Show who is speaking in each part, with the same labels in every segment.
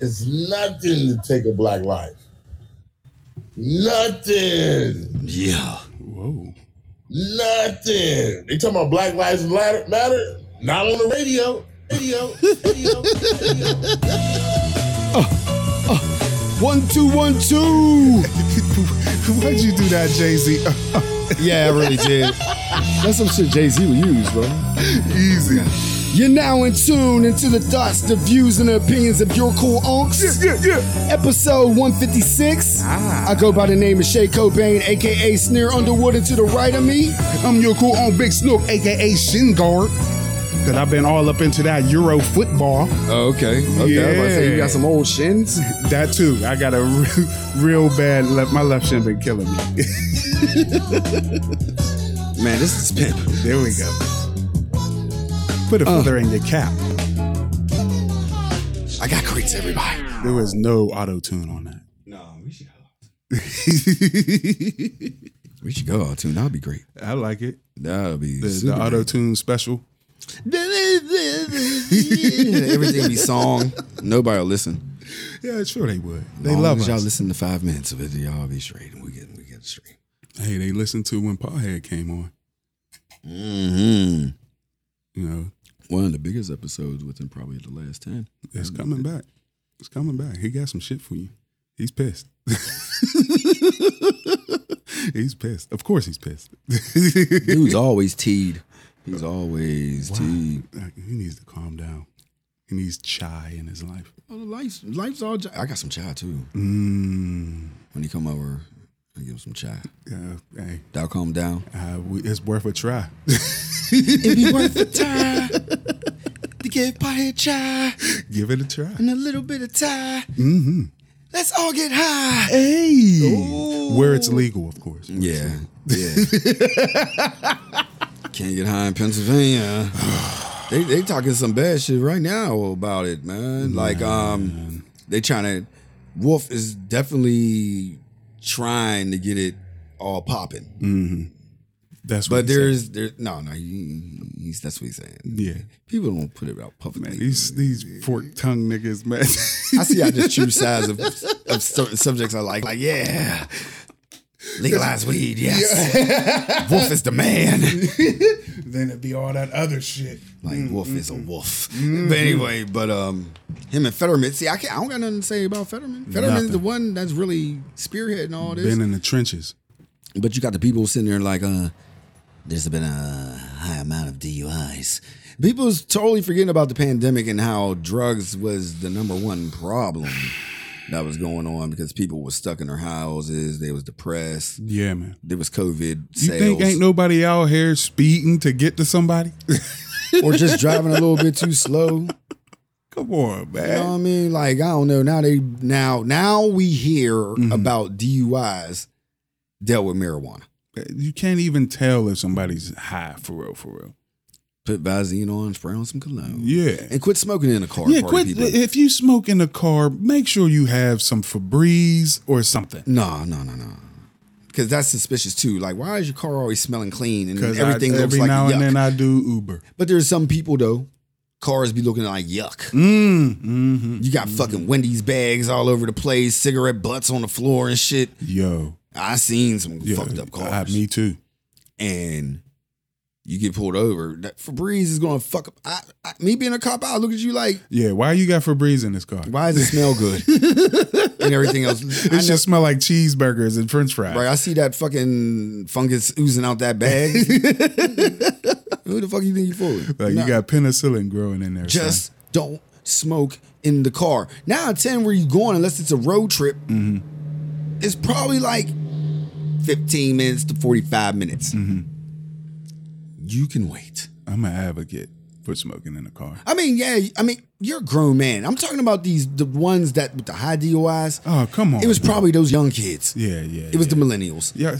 Speaker 1: It's nothing to take a black life. Nothing.
Speaker 2: Yeah.
Speaker 3: Whoa.
Speaker 1: Nothing. They talking about Black Lives Matter. matter? Not on the radio. Radio. Radio. radio.
Speaker 3: One, two, one, two.
Speaker 4: Why'd you do that, Jay Z?
Speaker 3: yeah, I really did. That's some shit Jay Z would use, bro.
Speaker 4: Easy.
Speaker 3: You're now in tune into the thoughts, the views, and the opinions of your cool unks.
Speaker 4: Yeah, yeah.
Speaker 3: Episode 156.
Speaker 4: Ah.
Speaker 3: I go by the name of Shay Cobain, aka Sneer Underwood, and to the right of me,
Speaker 4: I'm your cool on Big Snook, aka Shin Guard. Cause I've been all up into that Euro football.
Speaker 3: okay, okay. I was about to say you got some old shins.
Speaker 4: That too. I got a real, real bad left. My left shin been killing me.
Speaker 3: Man, this is pimp. Uh.
Speaker 4: There we go. Put a feather in your cap.
Speaker 3: I got crates, everybody.
Speaker 4: There was no auto tune on that.
Speaker 3: No, we should go. we should go all tune. That'd be great.
Speaker 4: I like it.
Speaker 3: That'd be
Speaker 4: The, the
Speaker 3: super great.
Speaker 4: auto tune special.
Speaker 3: Everything be song. Nobody will listen.
Speaker 4: Yeah, sure they would. They
Speaker 3: As long
Speaker 4: love
Speaker 3: as
Speaker 4: us.
Speaker 3: y'all. Listen to five minutes of it. Y'all be straight, and we get we get straight.
Speaker 4: Hey, they listened to when Podhead came on.
Speaker 3: Mm-hmm.
Speaker 4: You know,
Speaker 3: One of the biggest episodes within probably the last ten.
Speaker 4: it's coming back. It's coming back. He got some shit for you. He's pissed. he's pissed. Of course, he's pissed.
Speaker 3: Dude's always teed. He's always teed.
Speaker 4: Like, he needs to calm down. He needs chai in his life.
Speaker 3: Oh, life's life's all. I got some chai too.
Speaker 4: Mm,
Speaker 3: When you come over, I give him some chai.
Speaker 4: yeah, hey,
Speaker 3: That'll calm him down.
Speaker 4: uh, we, it's worth a try.
Speaker 3: It'd be worth the time to get pie chai
Speaker 4: Give it a try.
Speaker 3: and a little bit of chai. Mm-hmm. Let's all get high.
Speaker 4: Hey, where it's legal, of course.
Speaker 3: Yeah. Yeah. Can't get high in Pennsylvania. They they talking some bad shit right now about it, man. Like um they trying to Wolf is definitely trying to get it all popping.
Speaker 4: Mm-hmm. That's what.
Speaker 3: But
Speaker 4: he said.
Speaker 3: there's there no no he, he's that's what he's saying.
Speaker 4: Yeah.
Speaker 3: People don't put it out publicly.
Speaker 4: Man, these these fork tongue niggas, man.
Speaker 3: I see I just choose sides of, of certain subjects I like. Like, yeah. Legalize weed, yes. wolf is the man.
Speaker 4: then it'd be all that other shit.
Speaker 3: Like Wolf is a
Speaker 4: mm-hmm.
Speaker 3: wolf. But anyway, but um, him and Fetterman. See, I can't. I don't got nothing to say about Fetterman. Fetterman's the
Speaker 4: Nothing.
Speaker 3: one that's really spearheading all this.
Speaker 4: Been in the trenches.
Speaker 3: But you got the people sitting there like, uh, there's been a high amount of DUIs. People's totally forgetting about the pandemic and how drugs was the number one problem that was going on because people were stuck in their houses. They was depressed.
Speaker 4: Yeah, man.
Speaker 3: There was COVID
Speaker 4: You
Speaker 3: sales,
Speaker 4: think ain't nobody out here speeding to get to somebody?
Speaker 3: or just driving a little bit too slow.
Speaker 4: Come on, man.
Speaker 3: You know what I mean? Like I don't know. Now they now now we hear
Speaker 4: Mm-hmm.
Speaker 3: about DUIs dealt with marijuana.
Speaker 4: You can't even tell if somebody's high for real, for real.
Speaker 3: Put Visine on, spray on some cologne,
Speaker 4: Yeah.
Speaker 3: and quit smoking in a car.
Speaker 4: Yeah,
Speaker 3: party
Speaker 4: quit.
Speaker 3: People.
Speaker 4: If you smoke in the car, make sure you have some Febreze or something.
Speaker 3: no, no, no, no. Because that's suspicious too. Like, why is your car always smelling clean and
Speaker 4: Because
Speaker 3: everything looks
Speaker 4: every
Speaker 3: like
Speaker 4: now
Speaker 3: yuck?
Speaker 4: and then I do Uber.
Speaker 3: but there's some people though, cars be looking like yuck.
Speaker 4: Mm-hmm.
Speaker 3: You got fucking Wendy's bags all over the place, cigarette butts on the floor and shit.
Speaker 4: Yo,
Speaker 3: I seen some
Speaker 4: yeah,
Speaker 3: fucked up cars.
Speaker 4: I- me too.
Speaker 3: and you get pulled over, that Febreze is going to fuck up. I, I, me being a cop, I look at you like,
Speaker 4: Yeah, why you got Febreze in this car?
Speaker 3: why does it smell good? and everything else.
Speaker 4: It
Speaker 3: I know-
Speaker 4: just smell like cheeseburgers and French fries.
Speaker 3: right, I see that fucking fungus oozing out that bag. Who the fuck you think you fooling?
Speaker 4: Like
Speaker 3: Nah,
Speaker 4: you got penicillin growing in there. son.
Speaker 3: just don't smoke in the car. Now, out of 10 where you going, unless it's a road trip,
Speaker 4: Mm-hmm.
Speaker 3: it's probably like 15 minutes to 45 minutes.
Speaker 4: Mm-hmm.
Speaker 3: You can wait.
Speaker 4: I'm an advocate for smoking in the car.
Speaker 3: I mean, yeah, I mean, you're a grown man. I'm talking about these the ones that with the high DUIs.
Speaker 4: Oh, come on.
Speaker 3: It was
Speaker 4: bro.
Speaker 3: probably those young kids.
Speaker 4: Yeah, yeah.
Speaker 3: It was the millennials.
Speaker 4: yeah.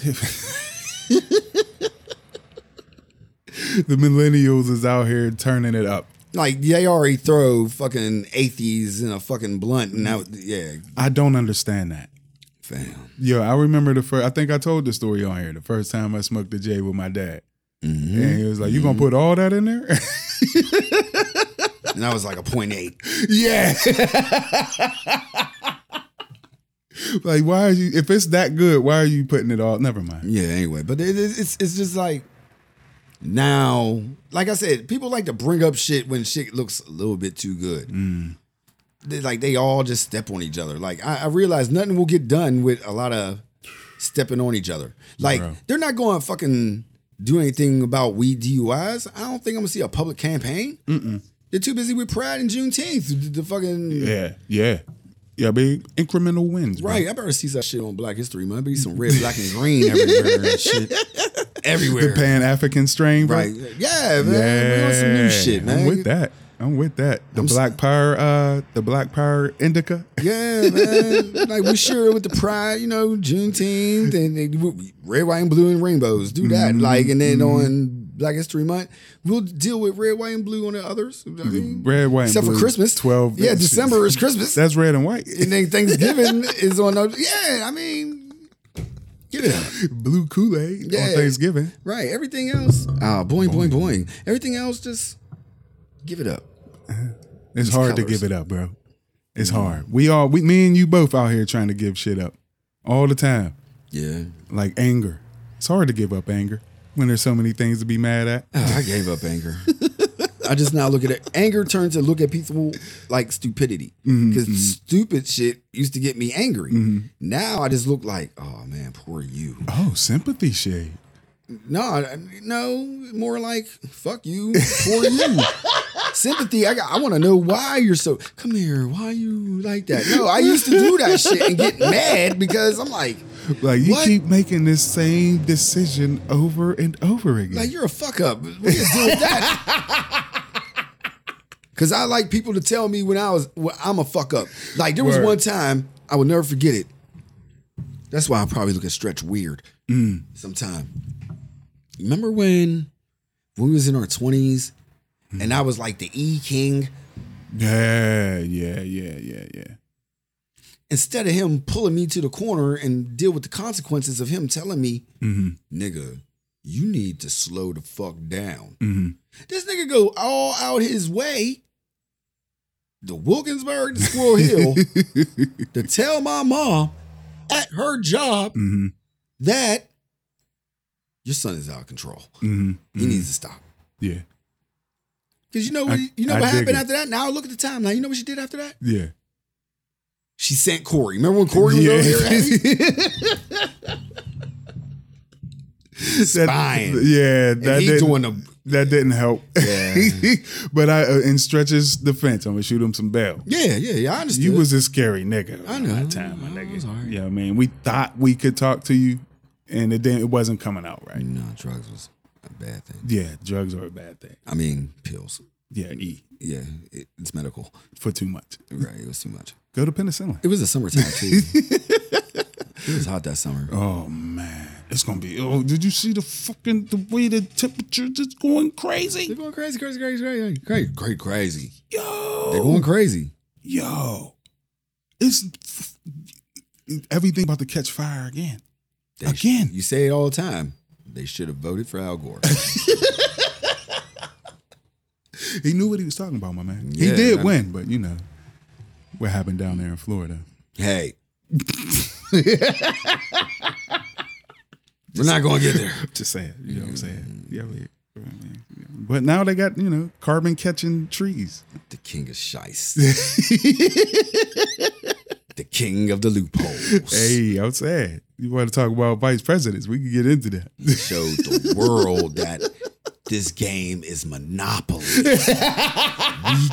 Speaker 4: Yeah. the millennials is out here turning it up.
Speaker 3: Like they already throw fucking eighties in a fucking blunt and now yeah,
Speaker 4: I don't understand that.
Speaker 3: fam.
Speaker 4: Yo, I remember the first. I think I told the story on here. The first time I smoked the J
Speaker 3: Mm-hmm.
Speaker 4: with my dad, and he was like, "You gonna put all that in there?"
Speaker 3: and I was like a point eight.
Speaker 4: Yeah. like, why are you? If it's that good, why are you putting it all? Never mind.
Speaker 3: Yeah. Anyway, but it, it- it's it's just like now, like I said, people like to bring up shit when shit looks a little bit too good.
Speaker 4: Mm.
Speaker 3: They, like they all just step on each other. Like I, I realize nothing will get done with a lot of stepping on each other. Like
Speaker 4: Bro.
Speaker 3: they're not going to fucking do anything about weed DUIs. I don't think I'm gonna see a public campaign. They're too busy with Pride and Juneteenth. The, the fucking
Speaker 4: Yeah. Yeah. Yeah, big incremental wins. Bro.
Speaker 3: Right, I better see some shit on Black History Month. Be some red, black, and green everywhere and shit. Everywhere.
Speaker 4: The Pan African strain. Bro.
Speaker 3: Right. Yeah, man. We on some new shit, man.
Speaker 4: I'm with that. I'm with that. The
Speaker 3: I'm s-
Speaker 4: Black Power, uh, the Black Power Indica.
Speaker 3: Yeah, man. like we sure with the pride, you know, Juneteenth and and red, white, and blue and rainbows. Do that.
Speaker 4: Mm-hmm.
Speaker 3: Like, and then on Black History Month, we'll deal with red, white, and blue on the others. I mean,
Speaker 4: Red, white, and
Speaker 3: except
Speaker 4: blue,
Speaker 3: for Christmas.
Speaker 4: 12
Speaker 3: Yeah, December is Christmas.
Speaker 4: That's red and white.
Speaker 3: and then Thanksgiving is on those. Yeah, I mean, get it out.
Speaker 4: Blue Kool Aid on
Speaker 3: Yeah.
Speaker 4: Thanksgiving.
Speaker 3: Right. Everything else, ah, boing, boing, boing. Everything else, just give it up.
Speaker 4: It's hard to
Speaker 3: colors.
Speaker 4: give it up, bro.
Speaker 3: Mm.
Speaker 4: It's hard. We all, we, me and you both out here trying to give shit up all the time.
Speaker 3: Yeah.
Speaker 4: Like anger. It's hard to give up anger when there's so many things to be mad at.
Speaker 3: I gave up anger. I just now look at it. Anger turned to look at people like stupidity because stupid shit used to get me angry. Now I just look like, oh man, poor you.
Speaker 4: Oh, sympathy shade.
Speaker 3: No, I- no, more like fuck you, poor you. Sympathy. I got, I want to know why you're so. Come here. Why you like that? No, I used to do that shit and get mad because I'm like,
Speaker 4: Like you
Speaker 3: What?
Speaker 4: keep making this same decision over and over again.
Speaker 3: Like you're a fuck up. What is deal with that? Cause I like people to tell me when I was well, I'm a fuck up. Like there was
Speaker 4: Word.
Speaker 3: one time I will never forget it. That's why I probably look at stretch weird sometime. Remember when when we was in our twenties and I was like the E King?
Speaker 4: yeah, yeah, yeah, yeah, yeah.
Speaker 3: Instead of him pulling me to the corner and deal with the consequences of him telling me,
Speaker 4: Mm-hmm,
Speaker 3: nigga, you need to slow the fuck down.
Speaker 4: mm-hmm,
Speaker 3: This nigga go all out his way to Wilkinsburg, to Squirrel Hill, to tell my mom at her job
Speaker 4: Mhm.
Speaker 3: that your son is out of control.
Speaker 4: Mhm.
Speaker 3: He needs to stop.
Speaker 4: mm-hmm. Yeah,
Speaker 3: Because you know
Speaker 4: I-
Speaker 3: what you know
Speaker 4: I
Speaker 3: what
Speaker 4: dig
Speaker 3: happened
Speaker 4: it.
Speaker 3: after that? Now look at the time. Now you know what she did after that?
Speaker 4: yeah.
Speaker 3: She sent Corey. Remember when Corey was
Speaker 4: Yeah.
Speaker 3: over here? Abby?
Speaker 4: That-
Speaker 3: Spying.
Speaker 4: Yeah, that
Speaker 3: he
Speaker 4: didn't,
Speaker 3: doing the-
Speaker 4: that didn't help.
Speaker 3: Yeah.
Speaker 4: but I, uh, in stretches defense, I'm gonna shoot him some bail.
Speaker 3: yeah, yeah, yeah. I understand.
Speaker 4: You was a scary nigga.
Speaker 3: I know.
Speaker 4: at that time, my
Speaker 3: I was
Speaker 4: nigga.
Speaker 3: alright.
Speaker 4: Yeah, I mean, we thought we could talk to you, and it didn't. It wasn't coming out right.
Speaker 3: no drugs was a bad thing.
Speaker 4: Yeah, drugs are a bad thing.
Speaker 3: I mean pills.
Speaker 4: Yeah, e
Speaker 3: Yeah, it, it's medical.
Speaker 4: for too much.
Speaker 3: Right, it was too much.
Speaker 4: Go to penicillin.
Speaker 3: It was the summertime too. it was hot that summer.
Speaker 4: Oh man, it's gonna be. Oh, did you see the fucking the way the temperature just going
Speaker 3: They're
Speaker 4: crazy?
Speaker 3: going crazy, crazy, crazy, crazy, crazy, crazy, crazy. They're
Speaker 4: Yo,
Speaker 3: going crazy.
Speaker 4: yo, it's f- everything about to catch fire again.
Speaker 3: They sh-
Speaker 4: Again.
Speaker 3: you say it all the time. They should have voted for Al Gore.
Speaker 4: He knew what he was talking about, my man. he
Speaker 3: Yeah,
Speaker 4: did
Speaker 3: I-
Speaker 4: win, but you know what happened down there in Florida.
Speaker 3: hey. We're not going to get there.
Speaker 4: Just saying, you know what I'm saying? Yeah, we- I mean, yeah. But now they got you know carbon catching trees.
Speaker 3: The king of shice. the king of the loopholes.
Speaker 4: Hey, I'm sad. You want to talk about vice presidents? We can get into that.
Speaker 3: showed the world that this game is monopoly. we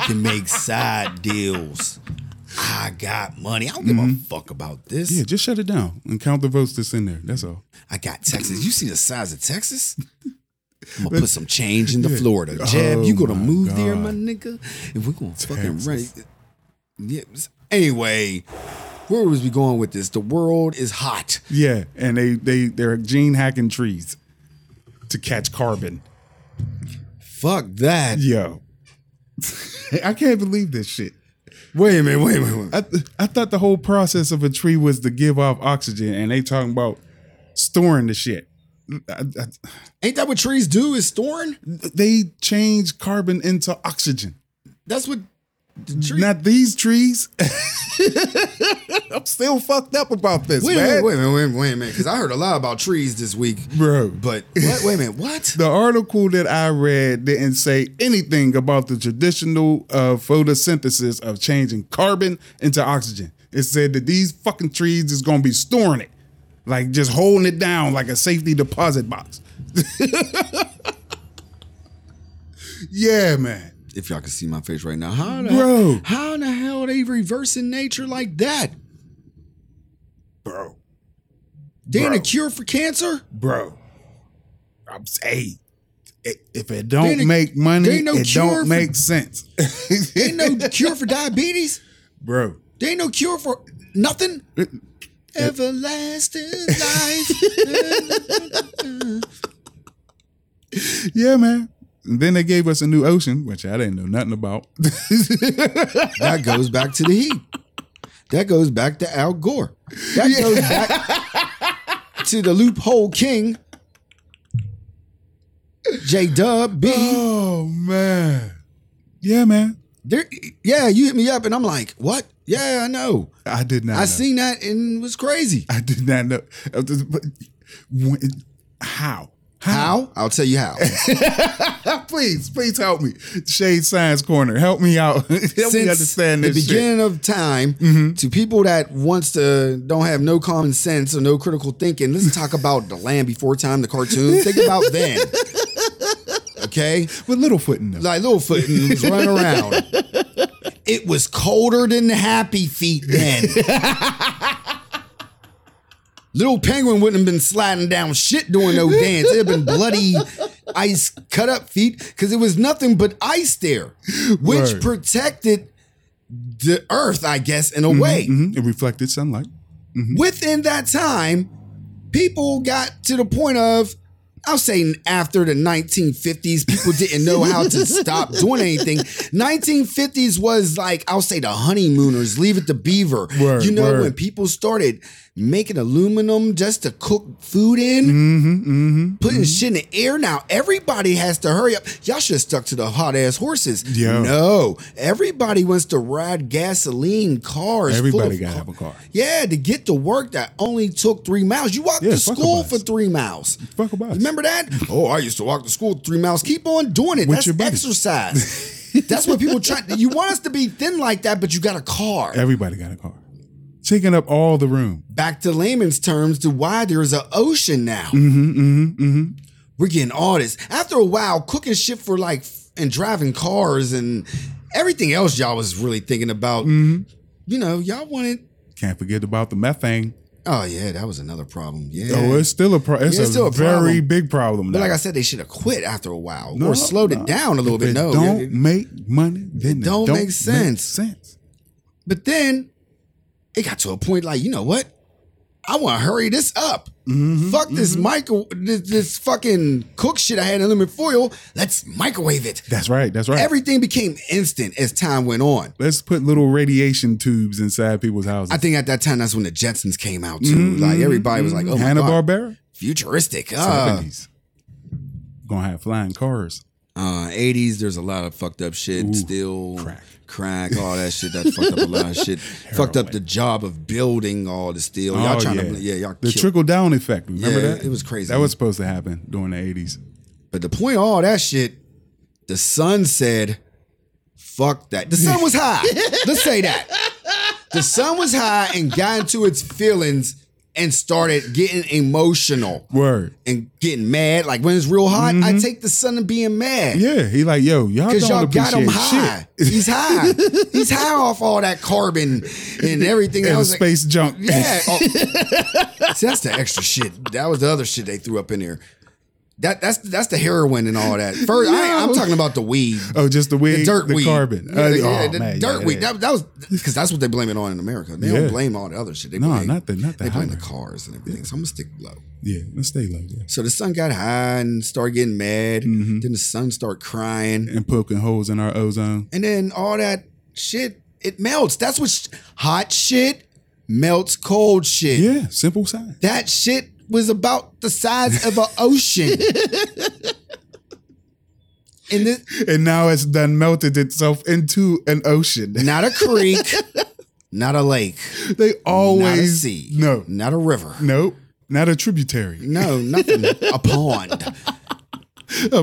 Speaker 3: can make side deals. I got money. I don't give a fuck about this.
Speaker 4: Mm-hmm. Yeah, just shut it down and count the votes that's in there. That's all.
Speaker 3: I got Texas. You see the size of Texas? I'm gonna put some change into Florida. Jeb,
Speaker 4: Oh
Speaker 3: you gonna
Speaker 4: my
Speaker 3: move there,
Speaker 4: God.
Speaker 3: my nigga? And we're gonna fucking
Speaker 4: Texas.
Speaker 3: run it. Yeah. Anyway, where was we going with this? The world is hot.
Speaker 4: Yeah, and they they they're gene hacking trees to catch carbon.
Speaker 3: Fuck that.
Speaker 4: Yo, I can't believe this shit.
Speaker 3: Wait a minute, wait a minute. Wait a minute.
Speaker 4: I th- I thought the whole process of a tree was to give off oxygen, and they talking about storing the shit. I- I-
Speaker 3: Ain't that what trees do? Is storing?
Speaker 4: they change carbon into oxygen.
Speaker 3: That's what the tree.
Speaker 4: Not these trees. I'm still fucked up about this,
Speaker 3: wait, a
Speaker 4: man.
Speaker 3: minute, wait a minute, wait a minute, wait a minute. Because I heard a lot about trees this week.
Speaker 4: Bro,
Speaker 3: But what, wait a minute, what?
Speaker 4: the article that I read didn't say anything about the traditional uh, photosynthesis of changing carbon into oxygen. It said that these fucking trees is gonna be storing it, like just holding it down like a safety deposit box. yeah, man.
Speaker 3: If y'all can see my face right now, how the
Speaker 4: Bro.
Speaker 3: how in the hell they reversing nature like that?
Speaker 4: Bro,
Speaker 3: They ain't a
Speaker 4: Bro.
Speaker 3: cure for cancer.
Speaker 4: bro. I'm saying, if it
Speaker 3: There
Speaker 4: don't
Speaker 3: ain't-
Speaker 4: make
Speaker 3: there
Speaker 4: money,
Speaker 3: ain't no
Speaker 4: it
Speaker 3: cure for-
Speaker 4: don't make sense.
Speaker 3: Ain't no cure for diabetes.
Speaker 4: bro,
Speaker 3: There ain't no cure for nothing. Everlasting life.
Speaker 4: Yeah, man. And then they gave us a new ocean, which I didn't know nothing about.
Speaker 3: that goes back to the heat. That goes back to Al Gore. That goes back to the loophole king, J Dub B.
Speaker 4: oh man. Yeah, man.
Speaker 3: There, yeah, you hit me up and I'm like, what? Yeah, I know.
Speaker 4: I did not.
Speaker 3: I
Speaker 4: know.
Speaker 3: seen that and was crazy.
Speaker 4: I did not know. I was- but when- How?
Speaker 3: How? I'll tell you how.
Speaker 4: please, please help me. Shade Science Corner, help me out. help me understand
Speaker 3: the
Speaker 4: this shit. Mm-hmm.
Speaker 3: beginning of time to people that wants to don't have no common sense or no critical thinking let's talk about the land before time the cartoon think about then okay
Speaker 4: With Littlefoot in them.
Speaker 3: like littlefoot and was running around it was colder than happy feet then Little penguin wouldn't have been sliding down shit doing no dance. It'd been bloody ice cut up feet because it was nothing but ice there, which
Speaker 4: Word.
Speaker 3: protected the earth, I guess, in a way.
Speaker 4: Mhm, It reflected sunlight. Mm-hmm.
Speaker 3: Within that time, people got to the point of, I'll say after the 1950s, people didn't know how to stop doing anything. 1950s was like, I'll say the honeymooners, leave it to Beaver.
Speaker 4: Word,
Speaker 3: you know,
Speaker 4: word.
Speaker 3: when people started making aluminum just to cook food in,
Speaker 4: Mm-hmm,
Speaker 3: putting shit in the air now. Everybody has to hurry up. Y'all should have stuck to the hot ass horses.
Speaker 4: Yeah.
Speaker 3: No, everybody wants to ride gasoline cars. full
Speaker 4: Everybody
Speaker 3: of
Speaker 4: gotta
Speaker 3: car-
Speaker 4: have a car.
Speaker 3: Yeah, to get to work that only took three miles. You walked to
Speaker 4: Yeah, fuck a
Speaker 3: school
Speaker 4: bus.
Speaker 3: for three miles.
Speaker 4: Fuck a bus.
Speaker 3: Remember that? Oh, I used to walk to school three miles. Keep on doing it.
Speaker 4: With
Speaker 3: That's
Speaker 4: your buddy.
Speaker 3: exercise. That's what people try. You want us to be thin like that, but you got a car.
Speaker 4: Everybody got a car. Taking up all the room.
Speaker 3: Back to layman's terms to why there's an ocean now.
Speaker 4: Mm-hmm,
Speaker 3: we're getting all this. After a while, cooking shit for like f- and driving cars and everything else y'all was really thinking about.
Speaker 4: Mm-hmm.
Speaker 3: You know, y'all wanted.
Speaker 4: Can't forget about the methane.
Speaker 3: Oh yeah, that was another problem. Yeah.
Speaker 4: Oh, it's still a problem. It's,
Speaker 3: Yeah, it's
Speaker 4: a
Speaker 3: still a
Speaker 4: very
Speaker 3: problem.
Speaker 4: big problem.
Speaker 3: but
Speaker 4: now.
Speaker 3: like I said, they should have quit after a while
Speaker 4: No,
Speaker 3: or slowed
Speaker 4: no.
Speaker 3: it down a little
Speaker 4: If
Speaker 3: bit.
Speaker 4: it
Speaker 3: No,
Speaker 4: don't
Speaker 3: It-
Speaker 4: make money. Then it
Speaker 3: don't
Speaker 4: don't,
Speaker 3: make sense.
Speaker 4: sense.
Speaker 3: But then it got to a point like, you know what? I want to hurry this up.
Speaker 4: Mm-hmm,
Speaker 3: Fuck this micro, this, this fucking cook shit I had in aluminum foil. Let's microwave it.
Speaker 4: That's right. That's right.
Speaker 3: Everything became instant as time went on.
Speaker 4: Let's put little radiation tubes inside people's houses.
Speaker 3: I think at that time that's when the Jetsons came out too.
Speaker 4: Mm-hmm,
Speaker 3: Like everybody was like, "Oh my
Speaker 4: Hanna
Speaker 3: god,
Speaker 4: Barbera.
Speaker 3: futuristic." Uh,
Speaker 4: Seventies. Gonna have flying cars.
Speaker 3: uh, 80s, there's a lot of fucked up shit still.
Speaker 4: crack.
Speaker 3: Crack, all that shit that fucked up a lot of shit. fucked up the job of building all the steel. y'all
Speaker 4: Oh,
Speaker 3: trying
Speaker 4: yeah.
Speaker 3: to, yeah, y'all.
Speaker 4: The
Speaker 3: killed-
Speaker 4: trickle down effect. Remember
Speaker 3: Yeah,
Speaker 4: that?
Speaker 3: it was crazy.
Speaker 4: That was supposed to happen during the eighties.
Speaker 3: But the point of all that shit, the sun said, fuck that. The sun was high. Let's say that. The sun was high and got into its feelings and started getting emotional
Speaker 4: Word.
Speaker 3: and getting mad. Like when it's real hot, I take the sun and being mad.
Speaker 4: Mm-hmm. Yeah. He like, yo, y'all don't
Speaker 3: Cause y'all got
Speaker 4: appreciate
Speaker 3: him high.
Speaker 4: shit.
Speaker 3: He's high. He's high off all that carbon and everything
Speaker 4: And the
Speaker 3: else.
Speaker 4: space junk.
Speaker 3: Yeah. Oh. See, that's the extra shit. That was the other shit they threw up in there. That that's that's the heroin and all that. First, I, I'm
Speaker 4: No.
Speaker 3: talking about the weed,
Speaker 4: Oh, just the weed,
Speaker 3: the dirt
Speaker 4: the
Speaker 3: weed,
Speaker 4: carbon.
Speaker 3: yeah,
Speaker 4: Uh,
Speaker 3: the,
Speaker 4: oh,
Speaker 3: yeah, the
Speaker 4: man,
Speaker 3: dirt
Speaker 4: yeah,
Speaker 3: weed.
Speaker 4: yeah.
Speaker 3: That, that was because that's what they blame it on in America. They
Speaker 4: Yeah.
Speaker 3: don't blame all the other shit. They
Speaker 4: No,
Speaker 3: blame,
Speaker 4: not the- not the
Speaker 3: They blame the
Speaker 4: highway.
Speaker 3: cars and everything. So I'm gonna stick low.
Speaker 4: Yeah, let's stay like that.
Speaker 3: So the sun got high and started getting mad.
Speaker 4: Mm-hmm.
Speaker 3: Then the sun started crying,
Speaker 4: And poking holes in our ozone.
Speaker 3: and then all that shit it melts. That's what sh- hot shit melts cold shit.
Speaker 4: Yeah, simple science.
Speaker 3: That shit was about the size of an ocean. in this,
Speaker 4: and now it's done melted itself into an ocean.
Speaker 3: not a creek, not a lake, not
Speaker 4: They
Speaker 3: a
Speaker 4: always
Speaker 3: sea,
Speaker 4: no,
Speaker 3: not a river,
Speaker 4: nope, not a tributary,
Speaker 3: no, nothing, a pond.
Speaker 4: a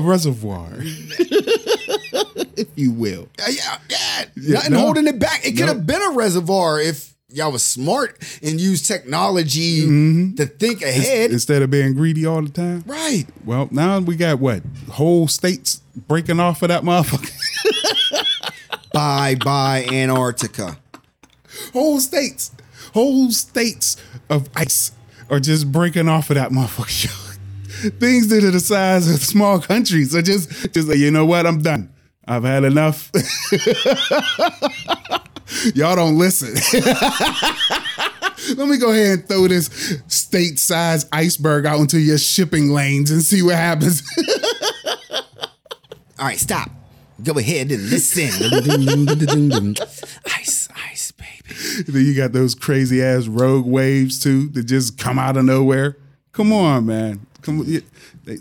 Speaker 4: reservoir, if you will.
Speaker 3: Uh, yeah, yeah,
Speaker 4: Yeah,
Speaker 3: nothing
Speaker 4: no.
Speaker 3: holding it back. It could
Speaker 4: No.
Speaker 3: have been a reservoir if y'all was smart and used technology
Speaker 4: Mm-hmm.
Speaker 3: to think ahead.
Speaker 4: Instead of being greedy all the time.
Speaker 3: right.
Speaker 4: Well, now we got what whole states breaking off of that motherfucker.
Speaker 3: Bye bye, Antarctica.
Speaker 4: whole states, whole states of ice are just breaking off of that motherfucker. yo. Things that are the size of small countries are just, just like, you know what? I'm done. I've had enough. Y'all don't listen. Let me go ahead and throw this state size iceberg out into your shipping lanes and see what happens.
Speaker 3: All right, stop. Go ahead and listen. ice, ice, baby.
Speaker 4: then you got those crazy ass rogue waves too that just come out of nowhere. Come on, man. Come on. They,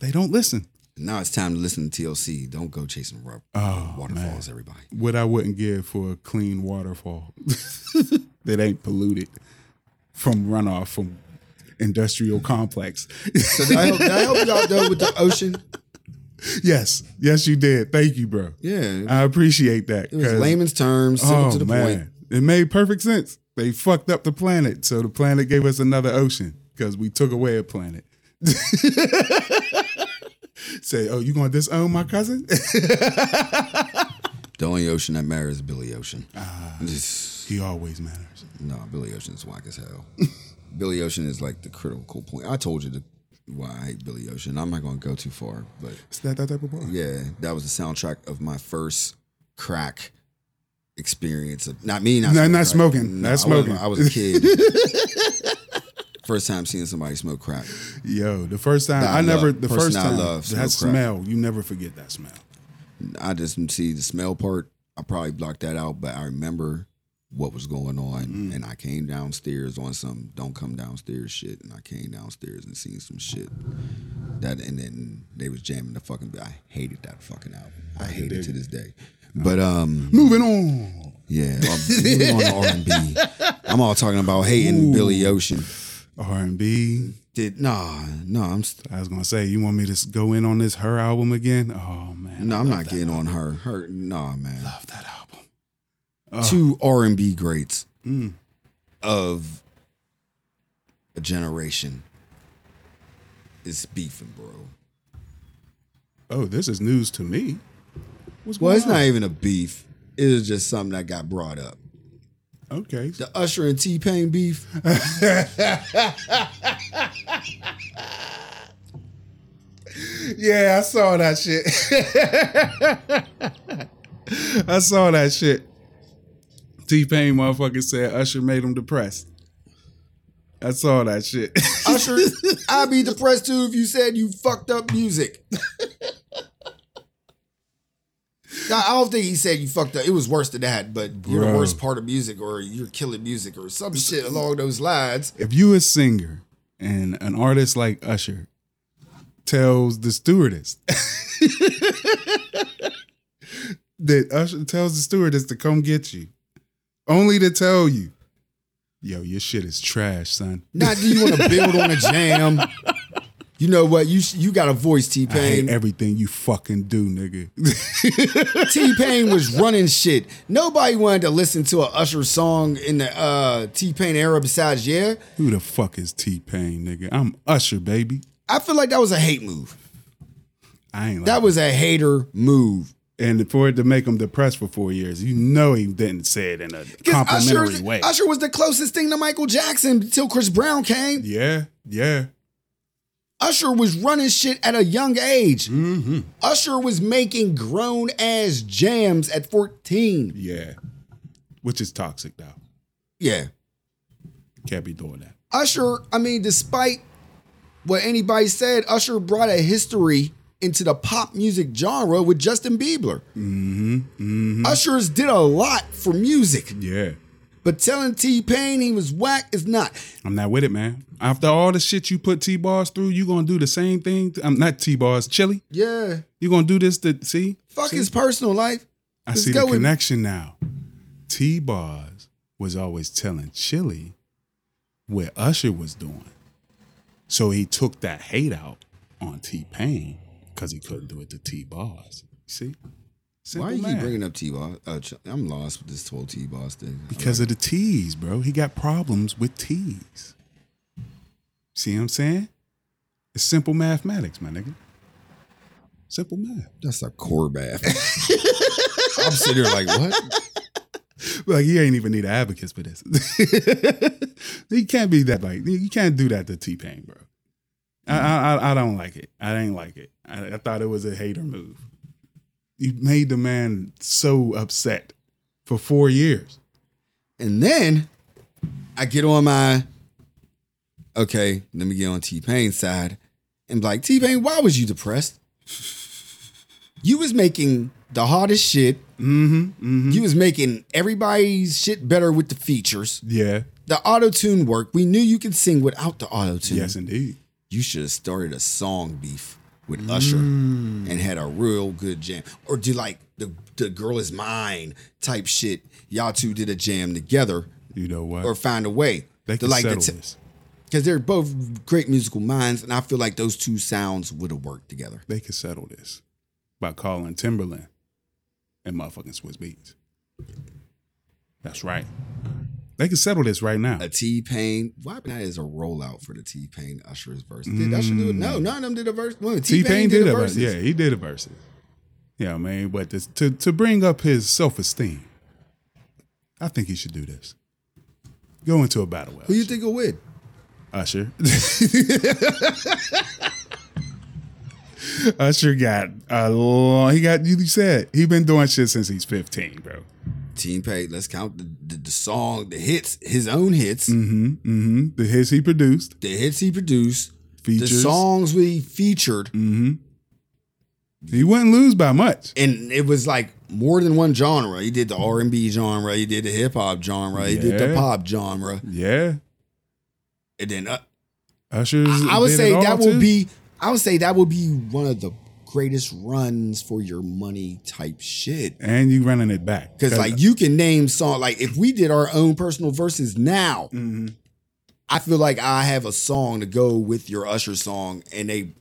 Speaker 4: they don't listen.
Speaker 3: Now it's time to listen to TLC. Don't go chasing rub- waterfalls, everybody.
Speaker 4: What I wouldn't give for a clean waterfall that ain't polluted from runoff from industrial complex.
Speaker 3: So did I, help, did I help y'all though with the ocean?
Speaker 4: yes, yes, you did. Thank you, bro.
Speaker 3: Yeah,
Speaker 4: I appreciate that.
Speaker 3: it was
Speaker 4: 'cause-
Speaker 3: layman's terms, simple to the point.
Speaker 4: Oh, It made perfect sense. They fucked up the planet, so the planet gave us another ocean because we took away a planet. Say, oh, you gonna disown my cousin?
Speaker 3: The only ocean that matters is Billy Ocean. Just-
Speaker 4: he always matters.
Speaker 3: no, Billy Ocean is whack as hell. Billy Ocean is like the critical point. I told you the, why I hate Billy Ocean. I'm not going to go too far, but
Speaker 4: It's not that type of boy.
Speaker 3: yeah, that was the soundtrack of my first crack experience. Of, not me, not
Speaker 4: No, not
Speaker 3: right?
Speaker 4: smoking. Not
Speaker 3: I wasn't-
Speaker 4: smoking.
Speaker 3: I was a kid. first time seeing somebody smoke crack.
Speaker 4: Yo, the first time
Speaker 3: That I
Speaker 4: I, never,
Speaker 3: love-
Speaker 4: the
Speaker 3: person
Speaker 4: first
Speaker 3: I
Speaker 4: time
Speaker 3: love,
Speaker 4: that
Speaker 3: smoke crack.
Speaker 4: smell, you never forget that smell.
Speaker 3: I just didn't see the smell part. I probably blocked that out, but I remember what was going on,
Speaker 4: Mm.
Speaker 3: and I came downstairs on some "don't come downstairs" shit, and I came downstairs and seen some shit that, and then they was jamming the fucking. I hated that fucking album. I hate it to this day. But um,
Speaker 4: Moving on.
Speaker 3: yeah, I'm on R&B. I'm all talking about hating Billy Ocean.
Speaker 4: R and B.
Speaker 3: Did nah, no, I'm st-
Speaker 4: I was gonna say, you want me to s- go in on this her album again? Oh man,
Speaker 3: no, I'm not getting on her. Her nah, man.
Speaker 4: love that album.
Speaker 3: two R and B greats
Speaker 4: Mm.
Speaker 3: of a generation is beefing, bro.
Speaker 4: Oh, this is news to me. What's
Speaker 3: Well,
Speaker 4: going
Speaker 3: it's
Speaker 4: on?
Speaker 3: not even a beef. It is just something that got brought up.
Speaker 4: Okay.
Speaker 3: The Usher and T Pain beef.
Speaker 4: Yeah, I saw that shit. I saw that shit. T Pain motherfucker said Usher made him depressed. I saw that shit.
Speaker 3: Usher, I'd be depressed too if you said you fucked up music. Now, I don't think he said you fucked up. It was worse than that, but you're the
Speaker 4: Bro.
Speaker 3: worst part of music, or you're killing music, or some shit along those lines.
Speaker 4: if you a singer and an artist like Usher tells the stewardess that Usher tells the stewardess to come get you, only to tell you, yo, your shit is trash, son.
Speaker 3: Not do you want to build on a jam? You know what? You sh- you got a voice, T
Speaker 4: I hate
Speaker 3: Pain.
Speaker 4: everything you fucking do, nigga.
Speaker 3: T Pain was running shit. Nobody wanted to listen to a Usher song in the uh, T Pain era. Besides, yeah,
Speaker 4: Who the fuck is T Pain, nigga? I'm Usher, baby.
Speaker 3: I feel like that was a hate move.
Speaker 4: I ain't like
Speaker 3: That was a hater move.
Speaker 4: and for it to make him depressed for four years, you know he didn't say it in a
Speaker 3: 'Cause
Speaker 4: complimentary
Speaker 3: Usher,
Speaker 4: way.
Speaker 3: Usher was the closest thing to Michael Jackson until Chris Brown came.
Speaker 4: yeah, yeah.
Speaker 3: Usher was running shit at a young age.
Speaker 4: Mm-hmm.
Speaker 3: Usher was making grown ass jams at 14.
Speaker 4: Yeah. Which is toxic though.
Speaker 3: Yeah.
Speaker 4: Can't be doing that.
Speaker 3: Usher, I mean, despite what anybody said, Usher brought a history into the pop music genre with Justin Bieber.
Speaker 4: Mm-hmm.
Speaker 3: Usher's did a lot for music,
Speaker 4: Yeah.
Speaker 3: but telling T Pain he was whack is not.
Speaker 4: I'm not with it, man. After all the shit you put T bars through, you gonna do the same thing. I'm not T bars, Chili.
Speaker 3: Yeah.
Speaker 4: You gonna do this to see?
Speaker 3: Fuck his personal life.
Speaker 4: I
Speaker 3: Let's
Speaker 4: see
Speaker 3: go
Speaker 4: the
Speaker 3: with-
Speaker 4: connection now. T Bars was always telling Chili what Usher was doing. So he took that hate out on T Pain because he couldn't do it to T Bars. See? Simple
Speaker 3: Why you keep
Speaker 4: math.
Speaker 3: bringing up T Boss? Uh, Ch- I'm lost with this whole T Boss thing.
Speaker 4: Because of the T's, bro. He got problems with T's. See what I'm saying? It's simple mathematics, my nigga. Simple math.
Speaker 3: that's a core bath. I'm sitting here like, what?
Speaker 4: Like he ain't even need an abacus for this. he can't be that like you can't do that to T Pain, bro.
Speaker 3: Mm.
Speaker 4: I, I I- I don't like it. I ain't like it. I, I thought it was a hater move. You made the man so upset for four years.
Speaker 3: And then I get on my okay. Let me get on T Pain's side and be like T Pain, why was you depressed? You was making the hardest shit.
Speaker 4: Mm-hmm. Mm-hmm.
Speaker 3: You was making everybody's shit better with the features.
Speaker 4: Yeah.
Speaker 3: The auto tune work. We knew you could sing without the auto tune.
Speaker 4: Yes, indeed.
Speaker 3: you should have started a song beef with Usher
Speaker 4: Mm.
Speaker 3: and had a real good jam. Or do like the the girl is mine type shit. Y'all two did a jam together
Speaker 4: You know what?
Speaker 3: or find a way.
Speaker 4: they
Speaker 3: to
Speaker 4: can
Speaker 3: like
Speaker 4: settle
Speaker 3: t-
Speaker 4: this.
Speaker 3: Cause they're both great musical minds, and I feel like those two sounds would have worked together.
Speaker 4: They can settle this by calling Timberland and motherfucking Swiss Beats. That's right. They can settle this right now.
Speaker 3: A T Pain, why not as a rollout for the T Pain Usher's verse? Did Usher do it? No, none of them did a verse. Well,
Speaker 4: T Pain Mm. did, a verse.
Speaker 3: verse.
Speaker 4: Yeah, he did a verse. Yeah, man. But this, to to bring up his self esteem, I think he should do this. Go into a battle with
Speaker 3: Who you think will win?
Speaker 4: Usher. Usher got a long. He got you said he been doing shit since he's fifteen, bro.
Speaker 3: T Pain. Let's count the, the, the song, the hits, his own hits.
Speaker 4: Mm-hmm. Mm-hmm. The hits he produced,
Speaker 3: the hits he produced,
Speaker 4: features. Mm.
Speaker 3: the songs we featured,
Speaker 4: He wouldn't lose by much.
Speaker 3: and it was like more than one genre. He did the R and B genre, he did the hip hop genre, he did the
Speaker 4: Yeah.
Speaker 3: pop genre,
Speaker 4: Yeah.
Speaker 3: and then uh,
Speaker 4: Usher's.
Speaker 3: I would
Speaker 4: did
Speaker 3: say
Speaker 4: it all,
Speaker 3: that will
Speaker 4: too.
Speaker 3: be I would say that will be one of the greatest runs for your money type shit.
Speaker 4: And you running it back
Speaker 3: Because like you can name song like if we did our own personal verses now,
Speaker 4: Mhm.
Speaker 3: I feel like I have a song to go with your Usher song, and they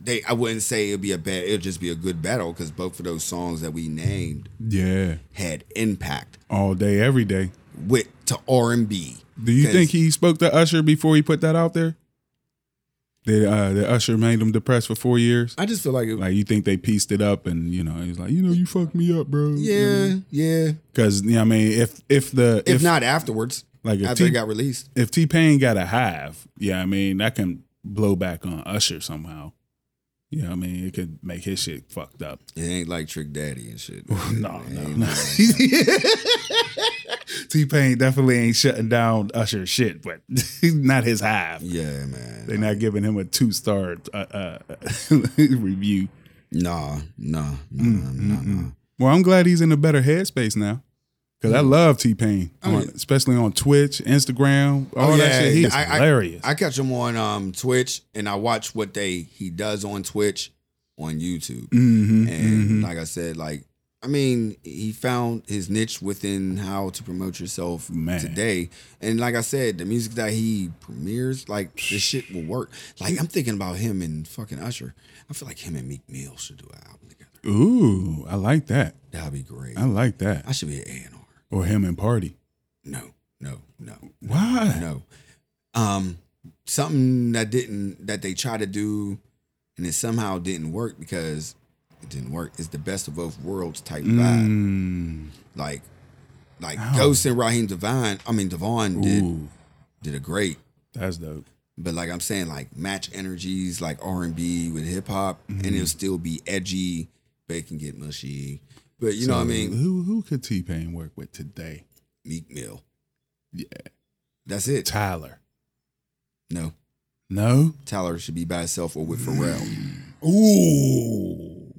Speaker 3: they I wouldn't say it'd be a bad it'd just be a good battle because both of those songs that we named
Speaker 4: Yeah.
Speaker 3: had impact
Speaker 4: All day, every day.
Speaker 3: with to R and B.
Speaker 4: Do you
Speaker 3: 'Cause-
Speaker 4: think he spoke to Usher before he put that out there? That uh, that Usher made him depressed for four years.
Speaker 3: I just feel like it,
Speaker 4: Like you think they pieced it up, and you know he's like, you know, you fucked me up, bro.
Speaker 3: yeah, yeah.
Speaker 4: Because you know, what I mean, if if the
Speaker 3: If, not afterwards,
Speaker 4: like if
Speaker 3: after
Speaker 4: T
Speaker 3: it got released,
Speaker 4: if T Pain got a hive, yeah, I mean that can blow back on Usher somehow. You know, what I mean it could make his shit fucked up.
Speaker 3: it ain't like Trick Daddy and shit.
Speaker 4: No, no, no. T Pain definitely ain't shutting down Usher shit, but not his hive.
Speaker 3: Yeah, man.
Speaker 4: They're not giving him a two star uh, uh, review.
Speaker 3: Nah, nah, nah, nah, nah, nah.
Speaker 4: Well, I'm glad he's in a better headspace now. Cause I love T Pain,
Speaker 3: Mm. Oh, yeah.
Speaker 4: especially on Twitch, Instagram, all
Speaker 3: Oh,
Speaker 4: that
Speaker 3: yeah,
Speaker 4: shit. He is
Speaker 3: I- I-
Speaker 4: hilarious.
Speaker 3: I catch him on um, Twitch, and I watch what they he does on Twitch on YouTube.
Speaker 4: Mhm,
Speaker 3: And
Speaker 4: mhm.
Speaker 3: like I said, like I mean, he found his niche within how to promote yourself
Speaker 4: Man.
Speaker 3: today. And like I said, the music that he premieres, like this shit will work. Like I'm thinking about him and fucking Usher. I feel like him and Meek Mill should do an album together.
Speaker 4: Ooh, I like that.
Speaker 3: That'd be great.
Speaker 4: I like that.
Speaker 3: I should be an A and R.
Speaker 4: Or him and Party.
Speaker 3: No, no, no.
Speaker 4: Why?
Speaker 3: No. Um, something that didn't that they tried to do and it somehow didn't work because it didn't work. It's the best of both worlds type vibe.
Speaker 4: Mm.
Speaker 3: Like like
Speaker 4: Ow.
Speaker 3: Ghost and Raheem Devine, I mean Devon did
Speaker 4: Ooh,
Speaker 3: did a great.
Speaker 4: that's dope.
Speaker 3: But like I'm saying, like match energies like R and B with hip hop
Speaker 4: Mm-hmm.
Speaker 3: and it'll still be edgy, but it can get mushy. But you know what I
Speaker 4: So,
Speaker 3: mean?
Speaker 4: Who who could T Pain work with today?
Speaker 3: Meek Mill.
Speaker 4: Yeah.
Speaker 3: That's it.
Speaker 4: Tyler.
Speaker 3: No.
Speaker 4: No.
Speaker 3: Tyler should be by himself or with Pharrell.
Speaker 4: Mm. Ooh.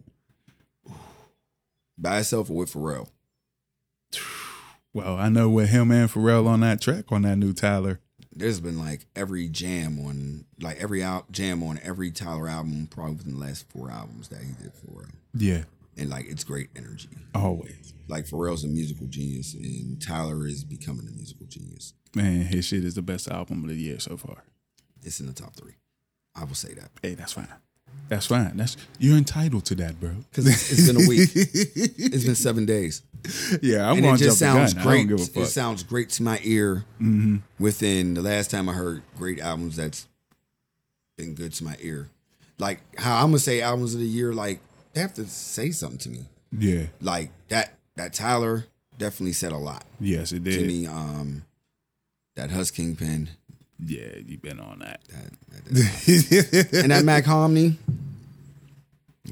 Speaker 3: By himself or with Pharrell.
Speaker 4: Well, I know with him and Pharrell on that track on that new Tyler,
Speaker 3: there's been like every jam on like every out jam on every Tyler album probably within the last four albums that he did for real.
Speaker 4: Yeah,
Speaker 3: And like it's great energy.
Speaker 4: always.
Speaker 3: Like Pharrell's a musical genius and Tyler is becoming a musical genius.
Speaker 4: Man, his shit is the best album of the year so far.
Speaker 3: It's in the top three. I will say that.
Speaker 4: Hey, that's fine. That's fine. That's you're entitled to that, bro.
Speaker 3: Because it's been a week. it's been seven days.
Speaker 4: Yeah, I'm
Speaker 3: and
Speaker 4: gonna
Speaker 3: it just
Speaker 4: jump the
Speaker 3: sounds
Speaker 4: gun. I
Speaker 3: great.
Speaker 4: don't give a fuck. Mm-hmm.
Speaker 3: It sounds great to my ear. Within the last time I heard great albums, that's been good to my ear. Like how I'm gonna say albums of the year, like they have to say something to me.
Speaker 4: yeah,
Speaker 3: Like that that Tyler definitely said a lot
Speaker 4: yes, it
Speaker 3: to
Speaker 4: did.
Speaker 3: me. Um, that Hus Kingpin,
Speaker 4: Yeah, you been on that.
Speaker 3: that, that- that- and that Mac Homney.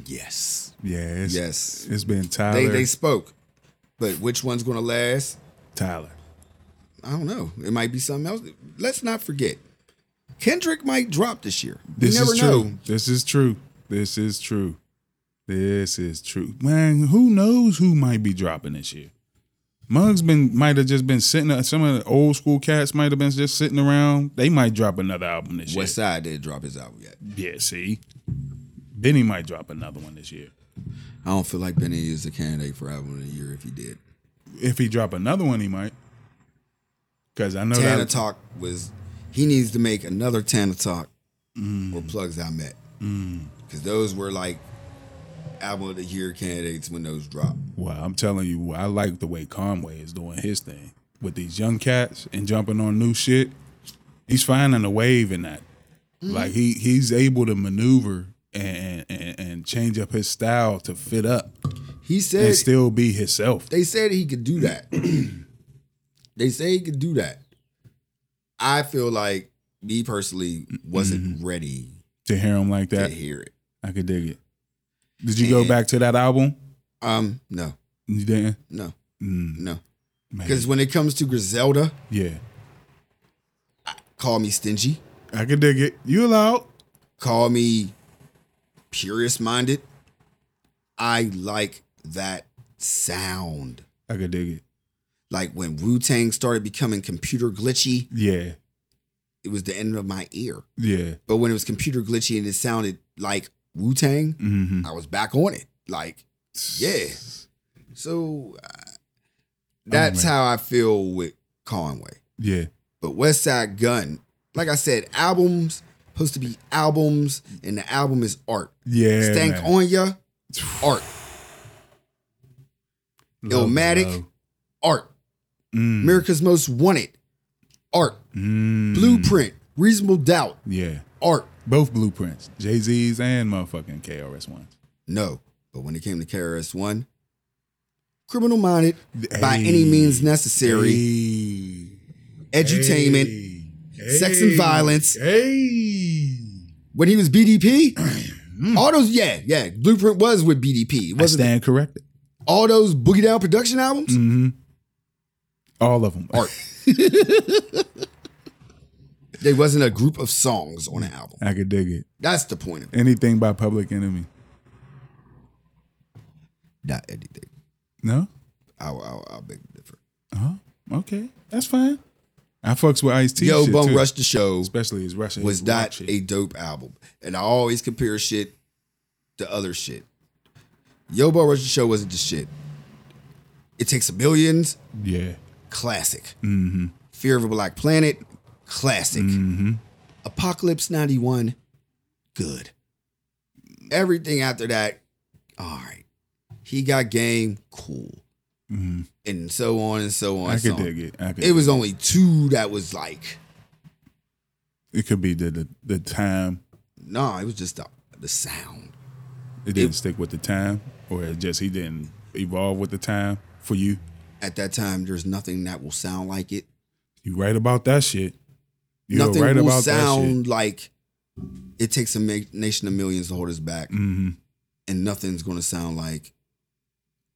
Speaker 3: Yes,
Speaker 4: Yeah, it's,
Speaker 3: Yes.
Speaker 4: it's been Tyler.
Speaker 3: they they spoke, but which one's gonna last?
Speaker 4: Tyler.
Speaker 3: I don't know. It might be something else. Let's not forget, Kendrick might drop this year. You
Speaker 4: This
Speaker 3: never
Speaker 4: is
Speaker 3: know.
Speaker 4: true. This is true. This is true. This is true. Man, who knows who might be dropping this year? Muggs been might have just been sitting. uh, Some of the old school cats might have been just sitting around. They might drop another album this year.
Speaker 3: West Side didn't drop his album yet.
Speaker 4: Yeah, see, Benny might drop another one this year.
Speaker 3: I don't feel like Benny is a candidate for album of the year if he did.
Speaker 4: If he drop another one, he might. Because I know
Speaker 3: Tana
Speaker 4: that
Speaker 3: Talk was he needs to make another Tana Talk or
Speaker 4: Mm.
Speaker 3: plugs I met because those were like album of the year candidates when those dropped.
Speaker 4: Well, I'm telling you, I like the way Conway is doing his thing with these young cats and jumping on new shit. He's finding a wave in that.
Speaker 3: Mm-hmm.
Speaker 4: Like he he's able to maneuver and, and and change up his style to fit up
Speaker 3: He
Speaker 4: and
Speaker 3: said
Speaker 4: still be himself.
Speaker 3: They said he could do that. they say he could do that. I feel like me personally wasn't ready
Speaker 4: To hear him like
Speaker 3: to
Speaker 4: that,
Speaker 3: hear it.
Speaker 4: I could dig it. Did you go
Speaker 3: And-
Speaker 4: back to that album?
Speaker 3: Um, no,
Speaker 4: You didn't.
Speaker 3: no,
Speaker 4: Mm,
Speaker 3: no.
Speaker 4: man.
Speaker 3: Because when it comes to Griselda,
Speaker 4: yeah,
Speaker 3: call me stingy,
Speaker 4: I could dig it. You allowed?
Speaker 3: call me purist minded. I like that sound.
Speaker 4: I could dig it.
Speaker 3: Like when Wu Tang started becoming computer glitchy,
Speaker 4: Yeah,
Speaker 3: it was the end of my ear.
Speaker 4: yeah.
Speaker 3: But when it was computer glitchy and it sounded like Wu Tang,
Speaker 4: Mm-hmm.
Speaker 3: I was back on it. Like, yeah. So uh, that's
Speaker 4: Oh, man.
Speaker 3: how I feel with Conway.
Speaker 4: Yeah,
Speaker 3: But West Side Gun, like I said, albums supposed to be albums, and the album is art.
Speaker 4: yeah.
Speaker 3: Stank
Speaker 4: man.
Speaker 3: on ya, art,
Speaker 4: Low,
Speaker 3: Illmatic.
Speaker 4: low.
Speaker 3: art.
Speaker 4: Mm.
Speaker 3: America's Most Wanted, art.
Speaker 4: Mm.
Speaker 3: Blueprint, Reasonable Doubt,
Speaker 4: Yeah.
Speaker 3: art.
Speaker 4: Both blueprints. Jay Z's and motherfucking KRS ones.
Speaker 3: No, but when it came to KRS One, criminal minded by
Speaker 4: Hey.
Speaker 3: any means necessary, edutainment. sex and violence.
Speaker 4: Hey.
Speaker 3: when he was BDP, all those yeah yeah Blueprint was with BDP. It
Speaker 4: I
Speaker 3: wasn't
Speaker 4: stand corrected.
Speaker 3: all those Boogie Down production albums?
Speaker 4: hmm All of them.
Speaker 3: Art. There wasn't a group of songs on an album.
Speaker 4: I could dig it.
Speaker 3: That's the point of it.
Speaker 4: Anything by Public Enemy.
Speaker 3: Not anything.
Speaker 4: No?
Speaker 3: I'll, I'll, I'll beg to differ.
Speaker 4: Huh? Okay. That's fine. I fucks with Ice T.
Speaker 3: Yo,
Speaker 4: shit
Speaker 3: Bum
Speaker 4: too.
Speaker 3: Rush the Show
Speaker 4: Especially his Russian.
Speaker 3: was
Speaker 4: his rock
Speaker 3: not
Speaker 4: shit.
Speaker 3: a dope album. And I always compare shit to other shit. Yo, Bum Rush the Show wasn't the shit. It Takes a Millions,
Speaker 4: Yeah. Mm-hmm.
Speaker 3: classic. Fear of a Black Planet, classic. Apocalypse 91, good. Everything after that, all right. He got game, cool. And so on and so on.
Speaker 4: Mm-hmm. I
Speaker 3: and
Speaker 4: could
Speaker 3: so on.
Speaker 4: dig it. I could
Speaker 3: Oh, It was only two that was like,
Speaker 4: it could be the the, the time.
Speaker 3: no, it was just the, the sound.
Speaker 4: It didn't stick with the time. Or it just he didn't evolve with the time for you.
Speaker 3: At that time, there's nothing that will sound like it.
Speaker 4: You right about that shit. You're
Speaker 3: nothing
Speaker 4: right
Speaker 3: will
Speaker 4: about that shit.
Speaker 3: sound like it takes a ma- nation of millions to hold us back.
Speaker 4: Mm-hmm.
Speaker 3: and nothing's gonna sound like.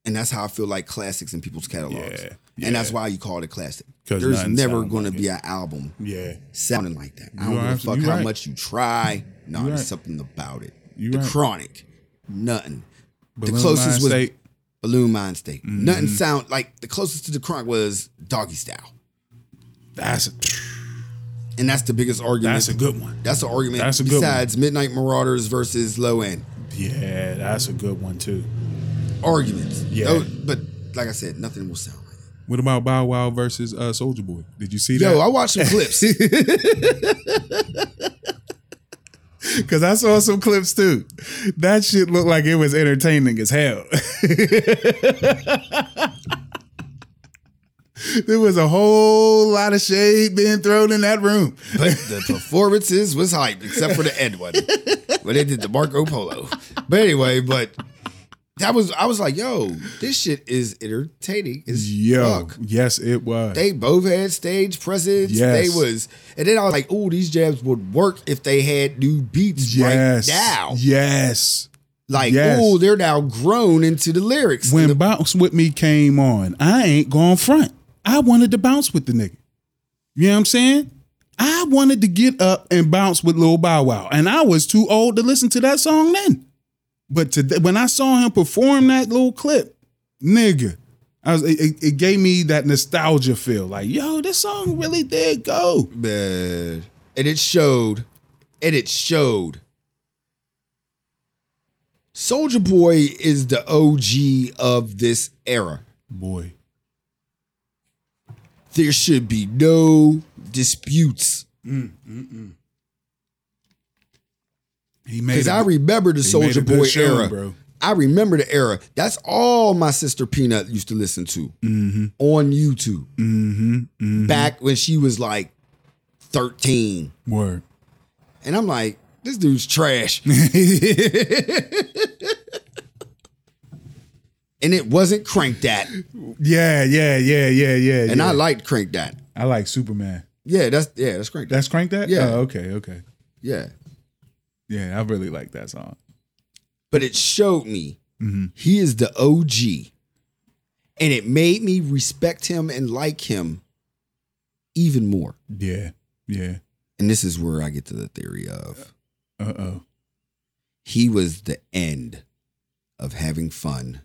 Speaker 3: And that's how I feel like classics in people's catalogs.
Speaker 4: Yeah, yeah.
Speaker 3: And that's why you call it a classic.
Speaker 4: 'Cause
Speaker 3: There's
Speaker 4: nothing
Speaker 3: never
Speaker 4: sound
Speaker 3: gonna
Speaker 4: like
Speaker 3: be an album
Speaker 4: Yeah.
Speaker 3: sounding like that. I
Speaker 4: You
Speaker 3: don't
Speaker 4: are
Speaker 3: give a
Speaker 4: abso-
Speaker 3: fuck
Speaker 4: you
Speaker 3: how
Speaker 4: right.
Speaker 3: much you try. No,
Speaker 4: You
Speaker 3: there's
Speaker 4: right.
Speaker 3: something about it.
Speaker 4: You
Speaker 3: the
Speaker 4: right.
Speaker 3: chronic, nothing.
Speaker 4: Balloon
Speaker 3: closest
Speaker 4: Mind
Speaker 3: was-
Speaker 4: State,
Speaker 3: Balloon Mind State.
Speaker 4: Mm-hmm.
Speaker 3: Nothing sound like the closest to the chronic was Doggy Style.
Speaker 4: that's
Speaker 3: And that's the biggest argument.
Speaker 4: That's a good one.
Speaker 3: That's an argument.
Speaker 4: That's a good one.
Speaker 3: Besides Midnight Marauders versus Low End
Speaker 4: Yeah, that's a good one too.
Speaker 3: arguments.
Speaker 4: Yeah.
Speaker 3: Tho- but like I said, nothing will sound like. It.
Speaker 4: What about Bow Wow versus uh, Soldier Boy? Did you see
Speaker 3: Yo, I
Speaker 4: that?
Speaker 3: watched some clips.
Speaker 4: Because I saw some clips too. That shit looked like it was entertaining as hell. there was a whole lot of shade being thrown in that room.
Speaker 3: But the performances was hype, except for the Ed one, where they did the Marco Polo. But anyway, but that was I was like, yo, this shit is entertaining as
Speaker 4: Yo,
Speaker 3: fuck.
Speaker 4: yes, it was.
Speaker 3: They both had stage presence.
Speaker 4: Yes.
Speaker 3: They was, and then I was like, "Oh, these jabs would work if they had new beats
Speaker 4: yes,
Speaker 3: right now."
Speaker 4: yes.
Speaker 3: Like,
Speaker 4: yes.
Speaker 3: oh, they're now grown into the lyrics.
Speaker 4: When Bounce With Me came on, I ain't going front. I wanted to bounce with the nigga. You know what I'm saying? I wanted to get up and bounce with Lil Bow Wow. And I was too old to listen to that song then. But today, when I saw him perform that little clip, nigga, I was, it- it, it gave me that nostalgia feel. Like, yo, this song really did go.
Speaker 3: Man. And it showed. And it showed. Soldier Boy is the OG of this era.
Speaker 4: Boy,
Speaker 3: There should be no disputes.
Speaker 4: he made
Speaker 3: Because
Speaker 4: it.
Speaker 3: I remember the
Speaker 4: he made
Speaker 3: Soldier
Speaker 4: a good
Speaker 3: Boy
Speaker 4: showing,
Speaker 3: era.
Speaker 4: bro.
Speaker 3: I remember the era. That's all my sister Peanut used to listen to on YouTube
Speaker 4: mm-hmm,
Speaker 3: back when she was like 13.
Speaker 4: Word.
Speaker 3: And I'm like, this dude's trash. and it wasn't Crank That.
Speaker 4: Yeah, yeah, yeah, yeah, yeah.
Speaker 3: And
Speaker 4: yeah.
Speaker 3: I liked Crank That.
Speaker 4: I like Superman.
Speaker 3: Yeah, that's yeah, that's Crank That.
Speaker 4: That's Crank That?
Speaker 3: Yeah.
Speaker 4: Oh, okay, okay.
Speaker 3: Yeah.
Speaker 4: Yeah, I really like that song. Mm-hmm.
Speaker 3: But it showed me he is the OG. And it made me respect him and like him even more.
Speaker 4: Yeah, yeah.
Speaker 3: And this is where I get to the theory of
Speaker 4: Uh oh.
Speaker 3: he was the end of having fun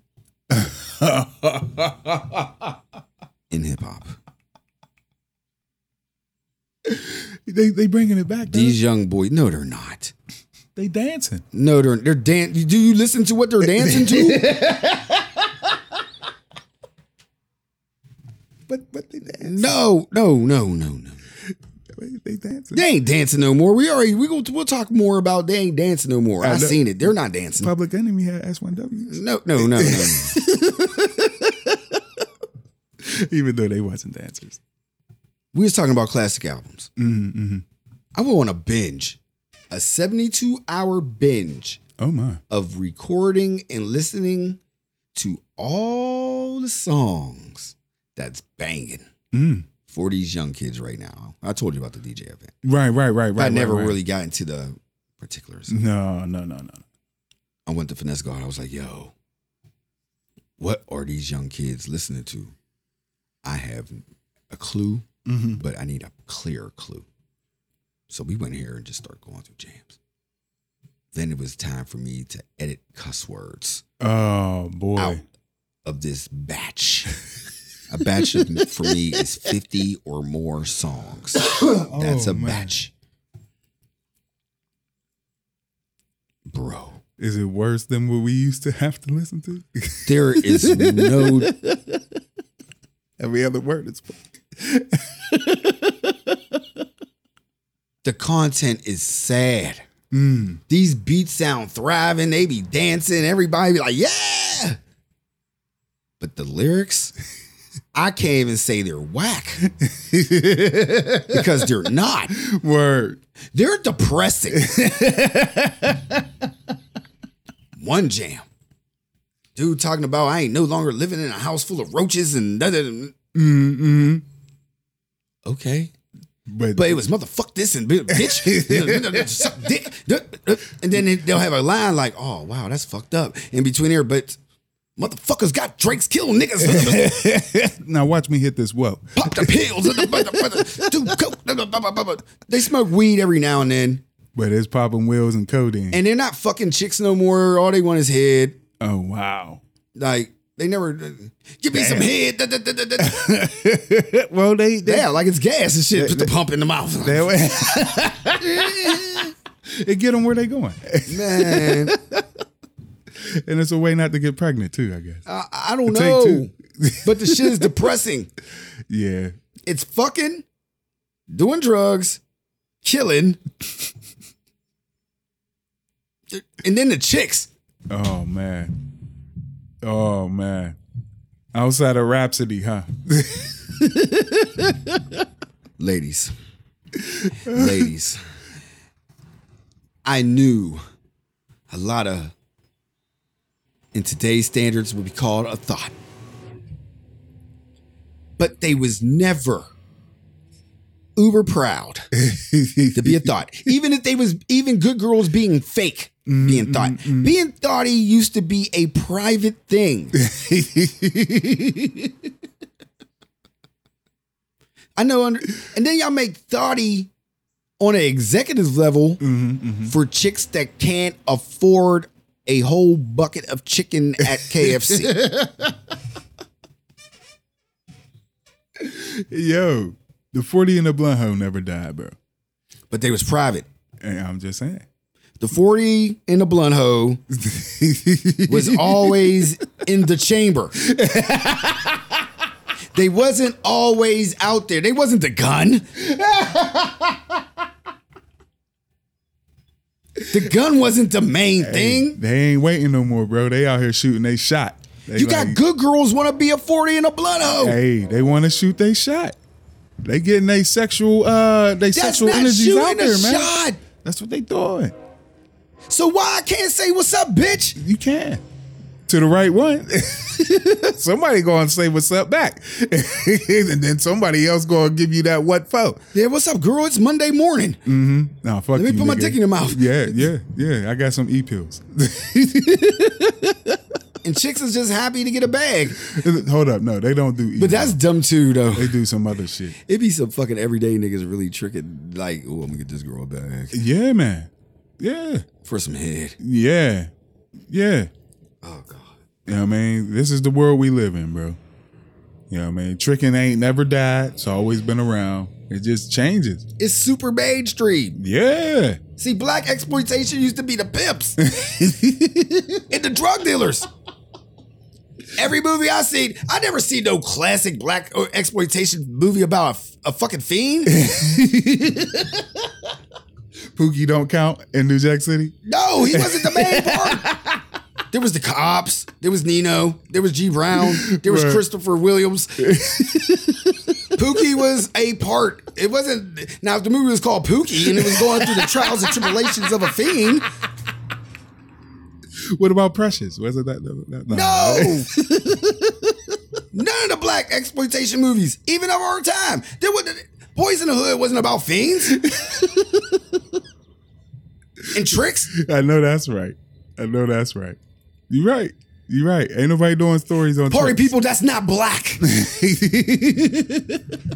Speaker 3: in hip hop.
Speaker 4: they they bringing it back. These,
Speaker 3: These young boys, no, they're not.
Speaker 4: they dancing.
Speaker 3: No, they're they're dan- Do you listen to what they're dancing to?
Speaker 4: But but they dancing.
Speaker 3: no, no, no, no, no.
Speaker 4: They dancing.
Speaker 3: They ain't dancing no more. We already we go we'll talk more about they ain't dancing no more. I
Speaker 4: know.
Speaker 3: seen it. They're not dancing.
Speaker 4: Public Enemy had S1W.
Speaker 3: No, no, no, no. no.
Speaker 4: Even though they wasn't dancers.
Speaker 3: we was talking about classic albums.
Speaker 4: Mm, mm
Speaker 3: I went on a binge, a seventy-two hour binge
Speaker 4: Oh my.
Speaker 3: of recording and listening to all the songs that's banging
Speaker 4: Mm.
Speaker 3: for these young kids right now. I told you about the DJ event.
Speaker 4: Right, right, right, right.
Speaker 3: I never
Speaker 4: right, right.
Speaker 3: really got into the particulars.
Speaker 4: No, no, no, no.
Speaker 3: I went to Finesse God. I was like, yo, what are these young kids listening to? I have a clue,
Speaker 4: Mm-hmm.
Speaker 3: but I need a clear clue. So we went here and just started going through jams. Then it was time for me to edit cuss words
Speaker 4: Oh boy.
Speaker 3: out of this batch. a batch of, for me is 50 or more songs. That's
Speaker 4: Oh,
Speaker 3: a
Speaker 4: man.
Speaker 3: batch. Bro.
Speaker 4: Is it worse than what we used to have to listen to?
Speaker 3: There is no
Speaker 4: Every other word is.
Speaker 3: the content is sad.
Speaker 4: Mm.
Speaker 3: These beats sound thriving. They be dancing. Everybody be like, yeah. But the lyrics, I can't even say they're whack because they're not.
Speaker 4: Word.
Speaker 3: They're depressing. One jam. Dude talking about I ain't no longer living in a house full of roaches and da- da- da-
Speaker 4: Mm-hmm.
Speaker 3: okay.
Speaker 4: But,
Speaker 3: But it was motherfuck this and bi- bitch, suck dick. And then they'll have a line like, oh, wow, that's fucked up. In between here, but motherfuckers got Drake's kill niggas.
Speaker 4: now watch me hit this well.
Speaker 3: Pop the pills. Do coke. blah, blah, blah, blah, blah. They smoke weed every now and then.
Speaker 4: But it's popping wheels and codeine.
Speaker 3: And they're not fucking chicks no more. All they want is head.
Speaker 4: oh wow.
Speaker 3: Like, They never uh, give me some head. da, da, da, da, da."
Speaker 4: well, they they,
Speaker 3: yeah, like it's gas and shit. Put the pump in the mouth.
Speaker 4: they it get them where they going,
Speaker 3: Man,
Speaker 4: and it's a way not to get pregnant too. I guess.
Speaker 3: I, I don't
Speaker 4: Take
Speaker 3: know.
Speaker 4: two.
Speaker 3: but the shit is depressing.
Speaker 4: Yeah.
Speaker 3: It's fucking doing drugs, killing, and then the chicks.
Speaker 4: Oh man. Oh man. Outside of Rhapsody, huh?
Speaker 3: ladies, ladies, I knew a lot of, in today's standards, would be called a thought, but they was never uber proud to be a thought, even if they was even good girls being fake. Being thought, being thoughty used to be a private thing. I know. Under, and then y'all make thirty on an executive level for chicks that can't afford a whole bucket of chicken at KFC.
Speaker 4: Yo, the 40 in the blunt hole never died, bro.
Speaker 3: but they was private.
Speaker 4: And I'm just saying.
Speaker 3: The 40 in the blunt hoe was always in the chamber. they wasn't always out there. They wasn't the gun. the gun wasn't the main thing.
Speaker 4: They ain't waiting no more, bro. They out here shooting they shot. They
Speaker 3: You
Speaker 4: like,
Speaker 3: got good girls want to be a 40 in a blood hoe.
Speaker 4: Hey, they want to shoot they shot. They getting they sexual uh they
Speaker 3: That's
Speaker 4: sexual
Speaker 3: not
Speaker 4: energies
Speaker 3: shooting
Speaker 4: out there,
Speaker 3: a
Speaker 4: man.
Speaker 3: shot.
Speaker 4: That's what they doing.
Speaker 3: So why I can't say what's up, bitch?
Speaker 4: You can. To the right one. somebody gonna say what's up back. and then somebody else gonna give you that what for.
Speaker 3: Yeah, what's up, girl? It's Monday morning.
Speaker 4: Nah, fuck
Speaker 3: Let me
Speaker 4: you,
Speaker 3: put my
Speaker 4: nigga.
Speaker 3: dick in your mouth.
Speaker 4: Yeah, yeah, yeah. I got some e pills.
Speaker 3: And chicks is just happy to get a bag.
Speaker 4: Hold up, no, they don't do. E
Speaker 3: But that's dumb too, though.
Speaker 4: they do some other shit.
Speaker 3: It be some fucking everyday niggas really tricking, like, oh, I'm gonna get this girl a bag
Speaker 4: Yeah, man. Yeah,
Speaker 3: for some head.
Speaker 4: yeah, yeah.
Speaker 3: Oh, God.
Speaker 4: You know what I mean? This is the world we live in, bro. You know what I mean? Tricking ain't never died. It's always been around. It just changes.
Speaker 3: It's super mainstream.
Speaker 4: Yeah.
Speaker 3: See, black exploitation used to be the pimps and the drug dealers. Every movie I seen, I never seen no classic black or exploitation movie about a, a fucking fiend.
Speaker 4: Pookie don't count in New Jack City.
Speaker 3: No, he wasn't the main part. There was the cops. There was Nino. There was G. Brown. There was
Speaker 4: Right.
Speaker 3: Christopher Williams. Pookie was a part. It wasn't. Now, if the movie was called Pookie and it was going through the trials and tribulations of a fiend,
Speaker 4: What about Precious? Wasn't that? that, that-
Speaker 3: no. None of the black exploitation movies, even of our time, there was Boys in the Hood wasn't about fiends and tricks.
Speaker 4: I know that's right. I know that's right. You right. You right. Ain't nobody doing stories on
Speaker 3: Party
Speaker 4: Trump.
Speaker 3: people, that's not black.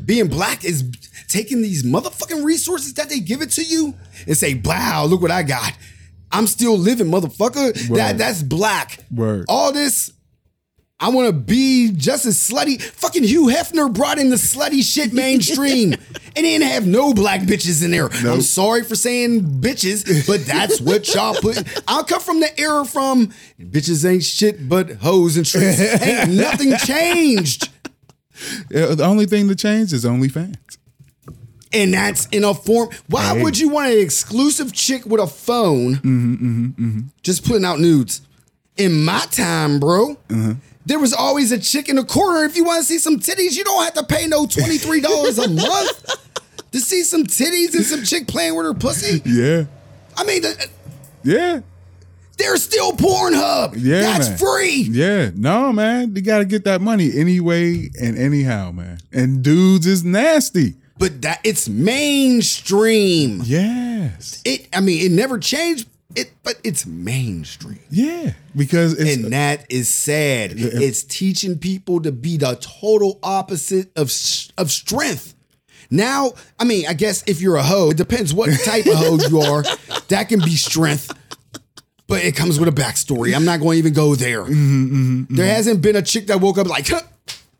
Speaker 3: being black is taking these motherfucking resources that they give it to you and say, wow, look what I got. I'm still living, motherfucker. That
Speaker 4: Word.
Speaker 3: that's black.
Speaker 4: Word.
Speaker 3: All this, I want to be just as slutty. Fucking Hugh Hefner brought in the slutty shit mainstream, and they didn't have no black bitches in there. I'm sorry for saying bitches, but that's what y'all put. I'll come from the era from bitches ain't shit but hoes and tricks. ain't nothing changed.
Speaker 4: Yeah, The only thing that changed is OnlyFans.
Speaker 3: and that's in a form. Why
Speaker 4: Hey. Mm-hmm,
Speaker 3: would you want an exclusive chick with a phone just putting out nudes? In my time, bro,
Speaker 4: Uh-huh.
Speaker 3: there was always a chick in the corner. If you want to see some titties, you don't have to pay no twenty three dollars a month to see some titties and some chick playing with her pussy.
Speaker 4: Yeah.
Speaker 3: I mean, th-
Speaker 4: Yeah.
Speaker 3: there's still Pornhub.
Speaker 4: Yeah,
Speaker 3: that's
Speaker 4: man.
Speaker 3: free.
Speaker 4: Yeah. No, man. You gotta get that money anyway and anyhow, man. And dudes is nasty.
Speaker 3: But that it's mainstream.
Speaker 4: Yes.
Speaker 3: It, I mean, it never changed. It, but it's mainstream.
Speaker 4: Yeah. Because it's uh,
Speaker 3: and that is sad. It's teaching people to be the total opposite of s- of strength. Now, I mean, I guess if you're a hoe, it depends what type of hoe you are. That can be strength. but it comes with a backstory. I'm not going to even go there.
Speaker 4: Mm-hmm,
Speaker 3: There hasn't been a chick that woke up like, huh,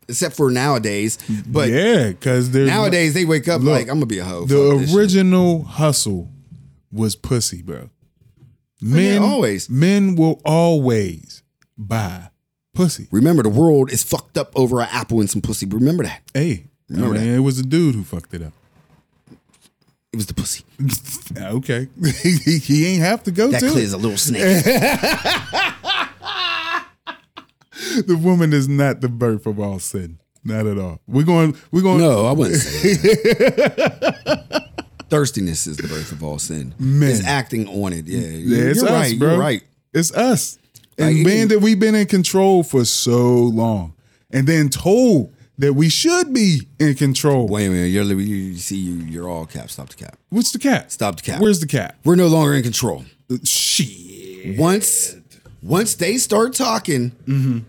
Speaker 3: except for nowadays. But
Speaker 4: yeah, because there's
Speaker 3: nowadays they wake up
Speaker 4: Look,
Speaker 3: like, I'm gonna be a hoe. Fuck this
Speaker 4: the
Speaker 3: shit."
Speaker 4: original hustle was pussy, bro. Men
Speaker 3: Oh, always.
Speaker 4: men will always buy pussy.
Speaker 3: Remember, the world is fucked up over an apple and some pussy. Remember that
Speaker 4: Hey,
Speaker 3: Remember
Speaker 4: I mean, it was a dude who fucked it up.
Speaker 3: it was the pussy
Speaker 4: okay, he, he ain't have to go
Speaker 3: that
Speaker 4: to
Speaker 3: clears a little snake.
Speaker 4: it. The woman is not the birth of all sin, not at all. We're going, we're going.
Speaker 3: no, I wouldn't say. That. Thirstiness is the birth of all sin.
Speaker 4: Man.
Speaker 3: It's acting on it. Yeah,
Speaker 4: Yeah, it's
Speaker 3: you're
Speaker 4: us,
Speaker 3: right.
Speaker 4: bro.
Speaker 3: You're right.
Speaker 4: It's us.
Speaker 3: Like,
Speaker 4: And
Speaker 3: it
Speaker 4: being
Speaker 3: can-
Speaker 4: that we've been in control for so long, and then told that we should be in control.
Speaker 3: Wait a minute. You're, you, you see, you, you're all cap. Stop the cap.
Speaker 4: What's the cat?
Speaker 3: Stop the cap. Uh,
Speaker 4: Where's the cat?
Speaker 3: We're no longer in control.
Speaker 4: Shit.
Speaker 3: Once, once they start talking
Speaker 4: Mm-hmm.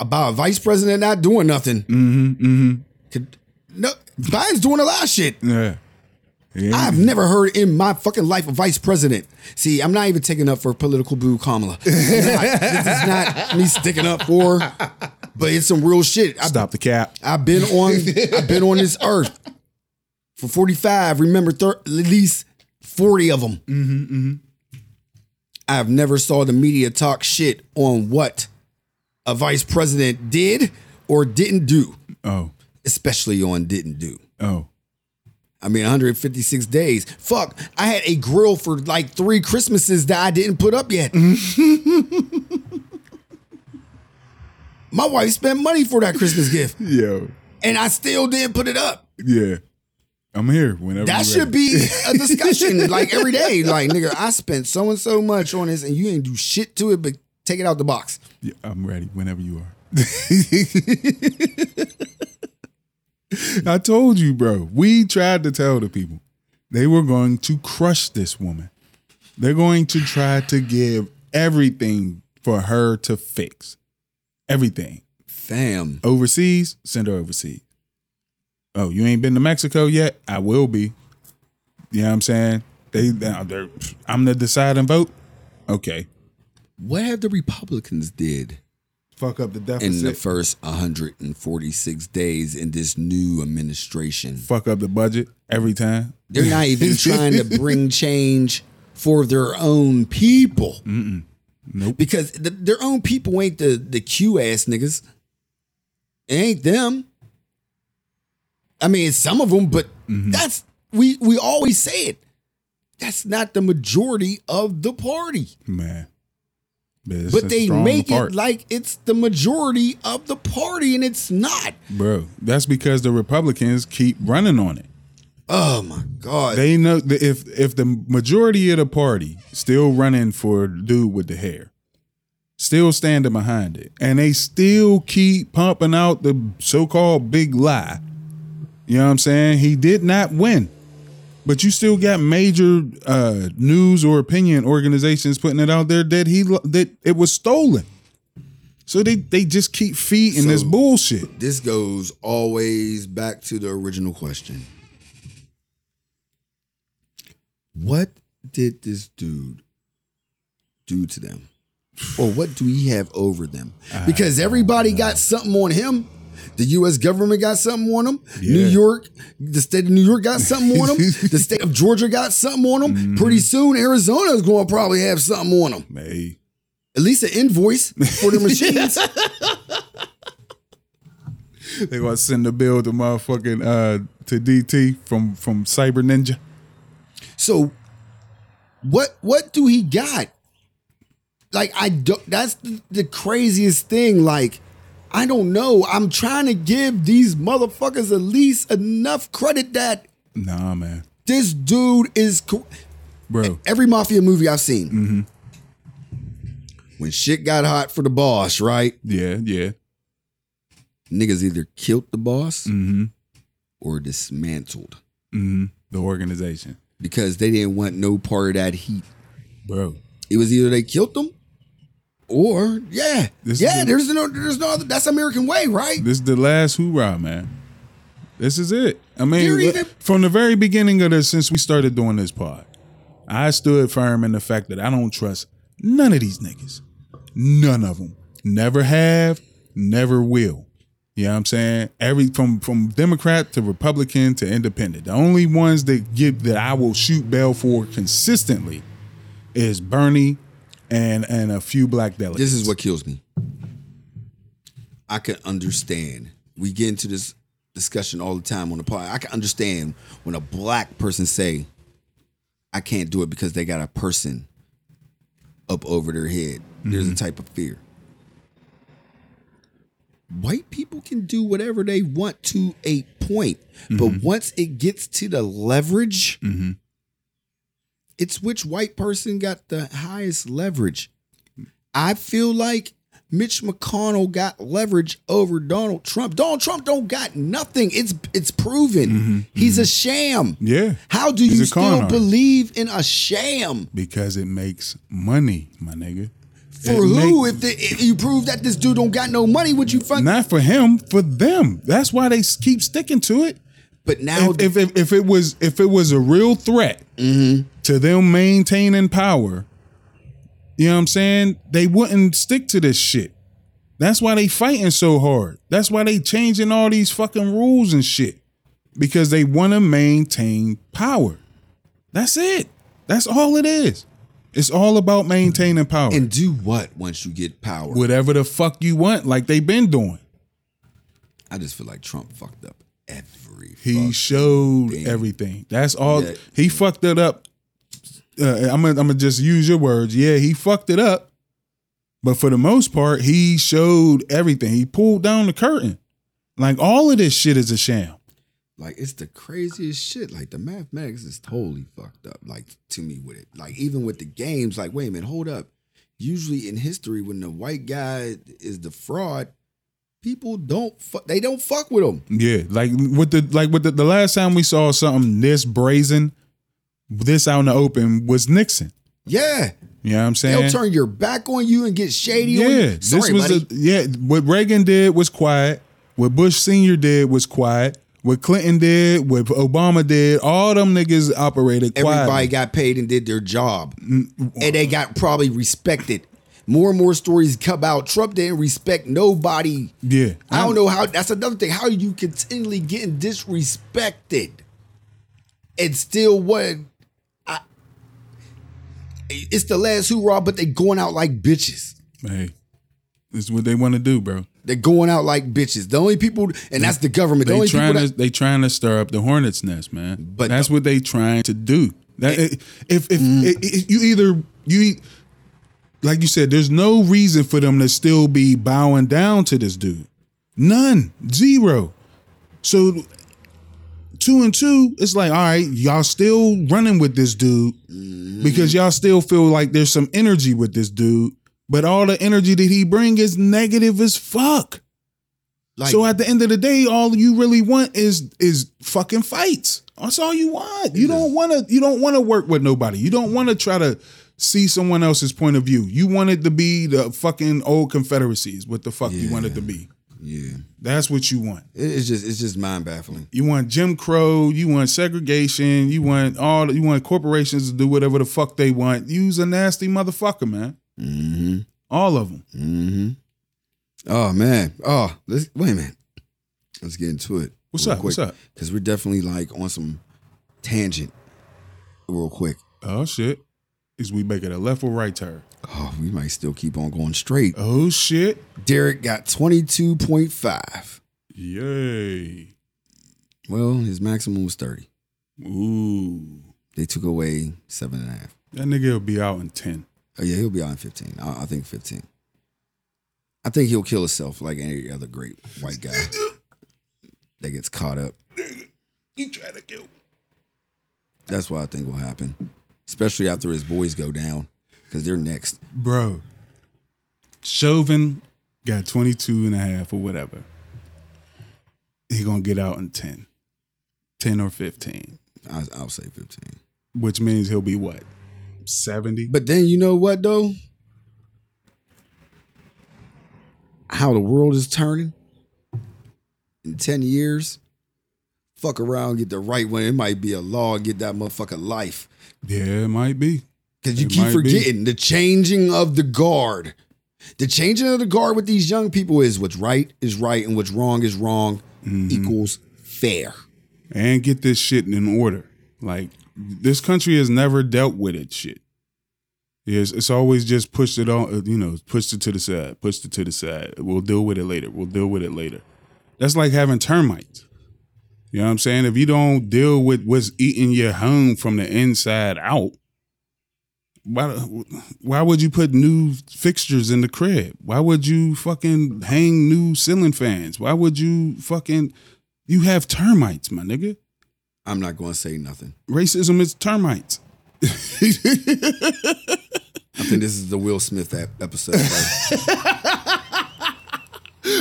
Speaker 3: about a vice president not doing nothing,
Speaker 4: Mm-hmm,
Speaker 3: could- no, Biden's doing a lot of shit.
Speaker 4: Yeah.
Speaker 3: I've never heard in my fucking life a vice president. See, I'm not even taking up for political boo Kamala. I'm not. this is not me sticking up for, her, but it's some real shit. I,
Speaker 4: Stop the cap.
Speaker 3: I've been on, I've been on this earth for 45. Remember, thir- at least 40 of them. I've never saw the media talk shit on what a vice president did or didn't do,
Speaker 4: Oh.
Speaker 3: especially on didn't do.
Speaker 4: Oh.
Speaker 3: I mean, 156 days. Fuck, I had a grill for like three Christmases that I didn't put up yet. My wife spent money for that Christmas gift,
Speaker 4: Yo.
Speaker 3: and I still didn't put it up.
Speaker 4: Yeah. I'm here whenever.
Speaker 3: That
Speaker 4: you
Speaker 3: should
Speaker 4: ready.
Speaker 3: be a discussion like every day. Like, nigga, I spent so and so much on this, and you ain't do shit to it, but take it out the box.
Speaker 4: Yeah, I'm ready whenever you are. I told you, bro. We tried to tell the people they were going to crush this woman. They're going to try to give everything for her to fix. Everything.
Speaker 3: Fam.
Speaker 4: overseas, send her overseas. Oh, you ain't been to Mexico yet? I will be. You know what I'm saying? They, they're, they're- I'm the deciding vote. Okay.
Speaker 3: What have the Republicans did
Speaker 4: Fuck up the
Speaker 3: in
Speaker 4: deficit.
Speaker 3: the first 146 days in this new administration?
Speaker 4: fuck up the budget every time.
Speaker 3: They're not even trying to bring change for their own people.
Speaker 4: Nope.
Speaker 3: Because th- their own people ain't the, the Q ass niggas. It ain't them. I mean, some of them, but that's, we, we always say it. That's not the majority of the party.
Speaker 4: Man.
Speaker 3: but they make it like it's the majority of the party, and it's not.
Speaker 4: Bro, that's because the Republicans keep running on it.
Speaker 3: Oh my God.
Speaker 4: They know that if if the majority of the party still running for dude with the hair, still standing behind it, and they still keep pumping out the so-called big lie. You know what I'm saying? He did not win. But you still got major uh, news or opinion organizations putting it out there that he lo- that it was stolen. So they they just keep feeding this
Speaker 3: So-
Speaker 4: bullshit.
Speaker 3: this goes always back to the original question what did this dude do to them or what do we have over them because everybody got something on him the U.S. government got something on them. New
Speaker 4: Yeah.
Speaker 3: York, the state of New York got something on them. the state of Georgia got something on them. Pretty soon, Arizona's going to probably have something on them
Speaker 4: Hey,
Speaker 3: at least an invoice for the machines.
Speaker 4: They gonna send the bill to motherfucking uh to DT from from Cyber Ninja.
Speaker 3: So what what do he got? Like I don't that's the, the craziest thing like I don't know. I'm trying to give these motherfuckers at least enough credit that
Speaker 4: Nah, man,
Speaker 3: this dude is co-
Speaker 4: bro.
Speaker 3: every mafia movie I've seen. When shit got hot for the boss, right?
Speaker 4: Yeah, yeah.
Speaker 3: Niggas either killed the boss or dismantled
Speaker 4: The organization,
Speaker 3: because they didn't want no part of that heat.
Speaker 4: bro.
Speaker 3: It was either they killed them, or yeah,
Speaker 4: This
Speaker 3: yeah.
Speaker 4: is-
Speaker 3: there's no, there's no other. That's American way, right?
Speaker 4: This is the last hoorah, man. This is it. I mean,
Speaker 3: They're even-
Speaker 4: from the very beginning of this, since we started doing this pod, I stood firm in the fact that I don't trust None of these niggas. None of them. Never have, never will. You know what I'm saying? Every from from Democrat to Republican to Independent. The only ones that get that I will shoot bail for consistently is Bernie and and a few black delegates.
Speaker 3: This is what kills me. I can understand. We get into this discussion all the time on the pod. I can understand when a black person say, "I can't do it because they got a person up over their head."
Speaker 4: Mm-hmm.
Speaker 3: There's a type of fear. White people can do whatever they want to a point,
Speaker 4: Mm-hmm.
Speaker 3: but once it gets to the leverage, it's which white person got the highest leverage. I feel like Mitch McConnell got leverage over Donald Trump. Donald Trump don't got nothing. It's it's proven. He's a sham.
Speaker 4: Mm-hmm. Yeah.
Speaker 3: How do
Speaker 4: He's
Speaker 3: you
Speaker 4: a con
Speaker 3: still
Speaker 4: artist.
Speaker 3: believe in a sham?
Speaker 4: because it makes money, my nigga.
Speaker 3: For
Speaker 4: It
Speaker 3: who?
Speaker 4: make-
Speaker 3: if, the, if you prove that this dude don't got no money, would you fuck?
Speaker 4: not for him, for them. That's why they s- keep sticking to it.
Speaker 3: but now,
Speaker 4: If, if, if, if it was if it was a real threat
Speaker 3: Mm-hmm.
Speaker 4: to them maintaining power, you know what I'm saying? They wouldn't stick to this shit. That's why they fighting so hard. That's why they changing all these fucking rules and shit because they want to maintain power. That's it. That's all it is. It's all about maintaining power.
Speaker 3: and do what once you get power?
Speaker 4: whatever the fuck you want, like they been doing.
Speaker 3: I just feel like Trump fucked up every.
Speaker 4: He
Speaker 3: fuck-
Speaker 4: showed everything. That's all.
Speaker 3: Yeah.
Speaker 4: He fucked it up. Uh, I'm gonna I'm gonna just use your words. Yeah, he fucked it up. But for the most part, he showed everything. He pulled down the curtain. Like all of this shit is a sham.
Speaker 3: like it's the craziest shit. Like the mathematics is totally fucked up. Like to me with it. Like even with the games. Like wait a minute, hold up. Usually in history, when the white guy is the fraud, people don't fu- they don't fuck with him.
Speaker 4: Yeah, like with the like with the, the last time we saw something this brazen, this out in the open was Nixon.
Speaker 3: Yeah,
Speaker 4: You know what I'm saying?
Speaker 3: they'll turn your back on you and get shady. on
Speaker 4: Yeah,
Speaker 3: you. Sorry,
Speaker 4: this was
Speaker 3: buddy.
Speaker 4: a yeah. What Reagan did was quiet. What Bush Senior did was quiet. What Clinton did, what Obama did, all them niggas operated quiet.
Speaker 3: Everybody got paid and did their job,
Speaker 4: Mm,
Speaker 3: and they got probably respected. More and more stories come out. Trump didn't respect nobody.
Speaker 4: yeah,
Speaker 3: I don't know how. That's another thing. How you continually getting disrespected and still what? I- It's the last hoorah, but they going out like bitches.
Speaker 4: Hey, this is what they want to do, bro.
Speaker 3: They're going out like bitches. The only people, and that's the government. The
Speaker 4: Mm. They
Speaker 3: only people
Speaker 4: trying to
Speaker 3: that,
Speaker 4: they trying to stir up the hornet's nest, man.
Speaker 3: But- Mm.
Speaker 4: But that's what they trying to do. That eh, if if, if you either you like you said, there's no reason for them to still be bowing down to this dude. None, zero. So two and two, it's like all right, y'all still running with this dude
Speaker 3: Mm-hmm.
Speaker 4: because y'all still feel like there's some energy with this dude. But all the energy that he bring is negative as fuck
Speaker 3: like,
Speaker 4: so at the end of the day, all you really want is is fucking fights. That's all you want. You don't want to. You don't want to work with nobody. You don't want to try to see someone else's point of view. You want it to be the fucking old Confederacies. What the fuck you want it to be?
Speaker 3: yeah,
Speaker 4: That's what you want.
Speaker 3: It- it's just it's just mind baffling.
Speaker 4: You want Jim Crow. You want segregation. You want all. You want corporations to do whatever the fuck they want. You's a nasty motherfucker, man.
Speaker 3: Mm-hmm.
Speaker 4: All of them.
Speaker 3: Mm-hmm. Oh man. Oh, let's wait a minute. Let's get into it.
Speaker 4: What's
Speaker 3: real
Speaker 4: up? What's
Speaker 3: quick,
Speaker 4: up?
Speaker 3: Because we're definitely like on some tangent, real quick.
Speaker 4: Oh shit. Is we making a left or right turn?
Speaker 3: Oh, we might still keep on going straight.
Speaker 4: Oh shit.
Speaker 3: Derek got 22.5.
Speaker 4: Yay.
Speaker 3: Well, his maximum was 30.
Speaker 4: Ooh.
Speaker 3: They took away seven and a half.
Speaker 4: That nigga will be out in 10.
Speaker 3: Oh, yeah, he'll be on 15. I, I think 15. I think he'll kill himself like any other great white guy that gets caught up.
Speaker 4: You try to kill me.
Speaker 3: That's what I think will happen, especially after his boys go down because they're next.
Speaker 4: Bro. Chauvin got 22 and a half or whatever. He gonna get out in 10. 10 or 15.
Speaker 3: I, I'll say 15.
Speaker 4: Which means he'll be what? 70?
Speaker 3: But then you know what though? How the world is turning in 10 years. Fuck around, get the right one. It might be a law, get that motherfucker life.
Speaker 4: Yeah, it might be.
Speaker 3: Because you
Speaker 4: It
Speaker 3: keep
Speaker 4: might be.
Speaker 3: forgetting the changing of the guard. The changing of the guard with these young people is what's right is right and what's wrong is wrong
Speaker 4: Mm-hmm.
Speaker 3: equals fair.
Speaker 4: and get this shit in order. Like this country has never dealt with it. Shit, it's, it's always just pushed it on. You know, pushed it to the side, pushed it to the side. We'll deal with it later. We'll deal with it later. That's like having termites. You know what I'm saying? If you don't deal with what's eating your home from the inside out, why why would you put new fixtures in the crib? Why would you fucking hang new ceiling fans? Why would you fucking you have termites, my nigga.
Speaker 3: I'm not going to say nothing.
Speaker 4: Racism is termites.
Speaker 3: I think this is the Will Smith ep- episode. right?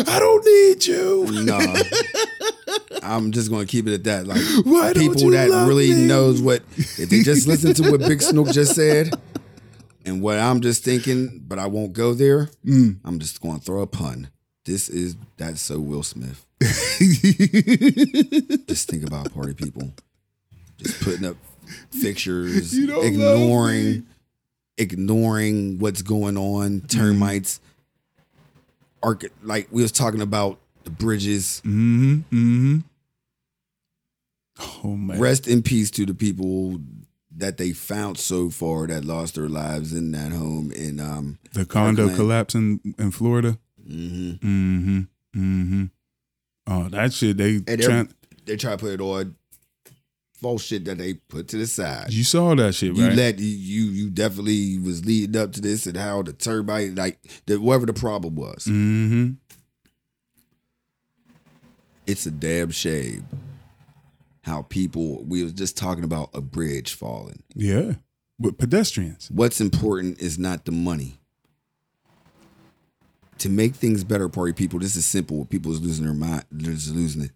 Speaker 4: I don't need you.
Speaker 3: nah, I'm just going to keep it at that. Like
Speaker 4: Why don't
Speaker 3: people
Speaker 4: you
Speaker 3: that
Speaker 4: love
Speaker 3: really
Speaker 4: me?
Speaker 3: knows what if they just listen to what Big Snoop just said and what I'm just thinking, but I won't go there.
Speaker 4: Mm.
Speaker 3: I'm just going to throw a pun. This is that's so Will Smith. just think about party people. Just putting up fixtures,
Speaker 4: You don't love me.
Speaker 3: ignoring ignoring what's going on, termites. Arch- like we was talking about the bridges.
Speaker 4: Mm-hmm. Mm-hmm. Oh man.
Speaker 3: Rest in peace to the people that they found so far that lost their lives in that home in um
Speaker 4: the condo
Speaker 3: Parkland.
Speaker 4: collapse in, in Florida.
Speaker 3: mhm.
Speaker 4: Mm-hmm. Mm-hmm. Oh, that shit they
Speaker 3: they're-
Speaker 4: trying,
Speaker 3: they try to put it on false shit that they put to the side.
Speaker 4: you saw that shit,
Speaker 3: You
Speaker 4: right?
Speaker 3: let you you- you definitely was leading up to this and how the turbine like the, whatever the problem was.
Speaker 4: mm-hmm.
Speaker 3: It's a damn shame how people we was just talking about a bridge falling.
Speaker 4: Yeah. With pedestrians.
Speaker 3: What's important is not the money. To make things better, party people, this is simple. People is losing their mind, they're just losing it.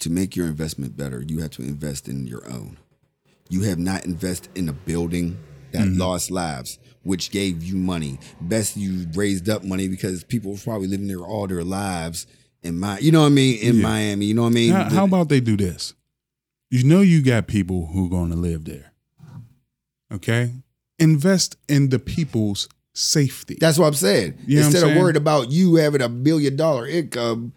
Speaker 3: To make your investment better, you have to invest in your own. You have not invested in a building that
Speaker 4: Mm-hmm.
Speaker 3: lost lives, which gave you money. Best you raised up money because people was probably living there all their lives in my, you know what I mean, in Miami. You know what I mean?
Speaker 4: How, how about they do this? You know you got people who going to live there. Okay? Invest in the people's safety.
Speaker 3: That's what I'm saying.
Speaker 4: You know what I'm
Speaker 3: Instead of
Speaker 4: saying?
Speaker 3: worried about you having a billion dollar income,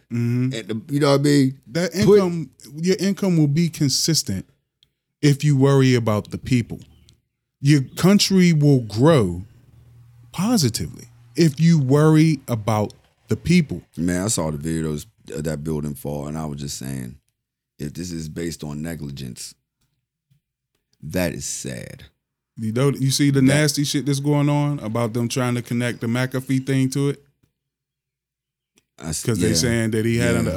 Speaker 3: at the, you know what I mean?
Speaker 4: Mm-hmm. That
Speaker 3: Put-
Speaker 4: income, your income will be consistent if you worry about the people. Your country will grow positively if you worry about the people.
Speaker 3: Man, I saw the videos of that building fall, and I was just saying, if this is based on negligence, that is sad.
Speaker 4: You know, you see the nasty shit that's going on about them trying to connect the McAfee thing to it because they saying that he had a,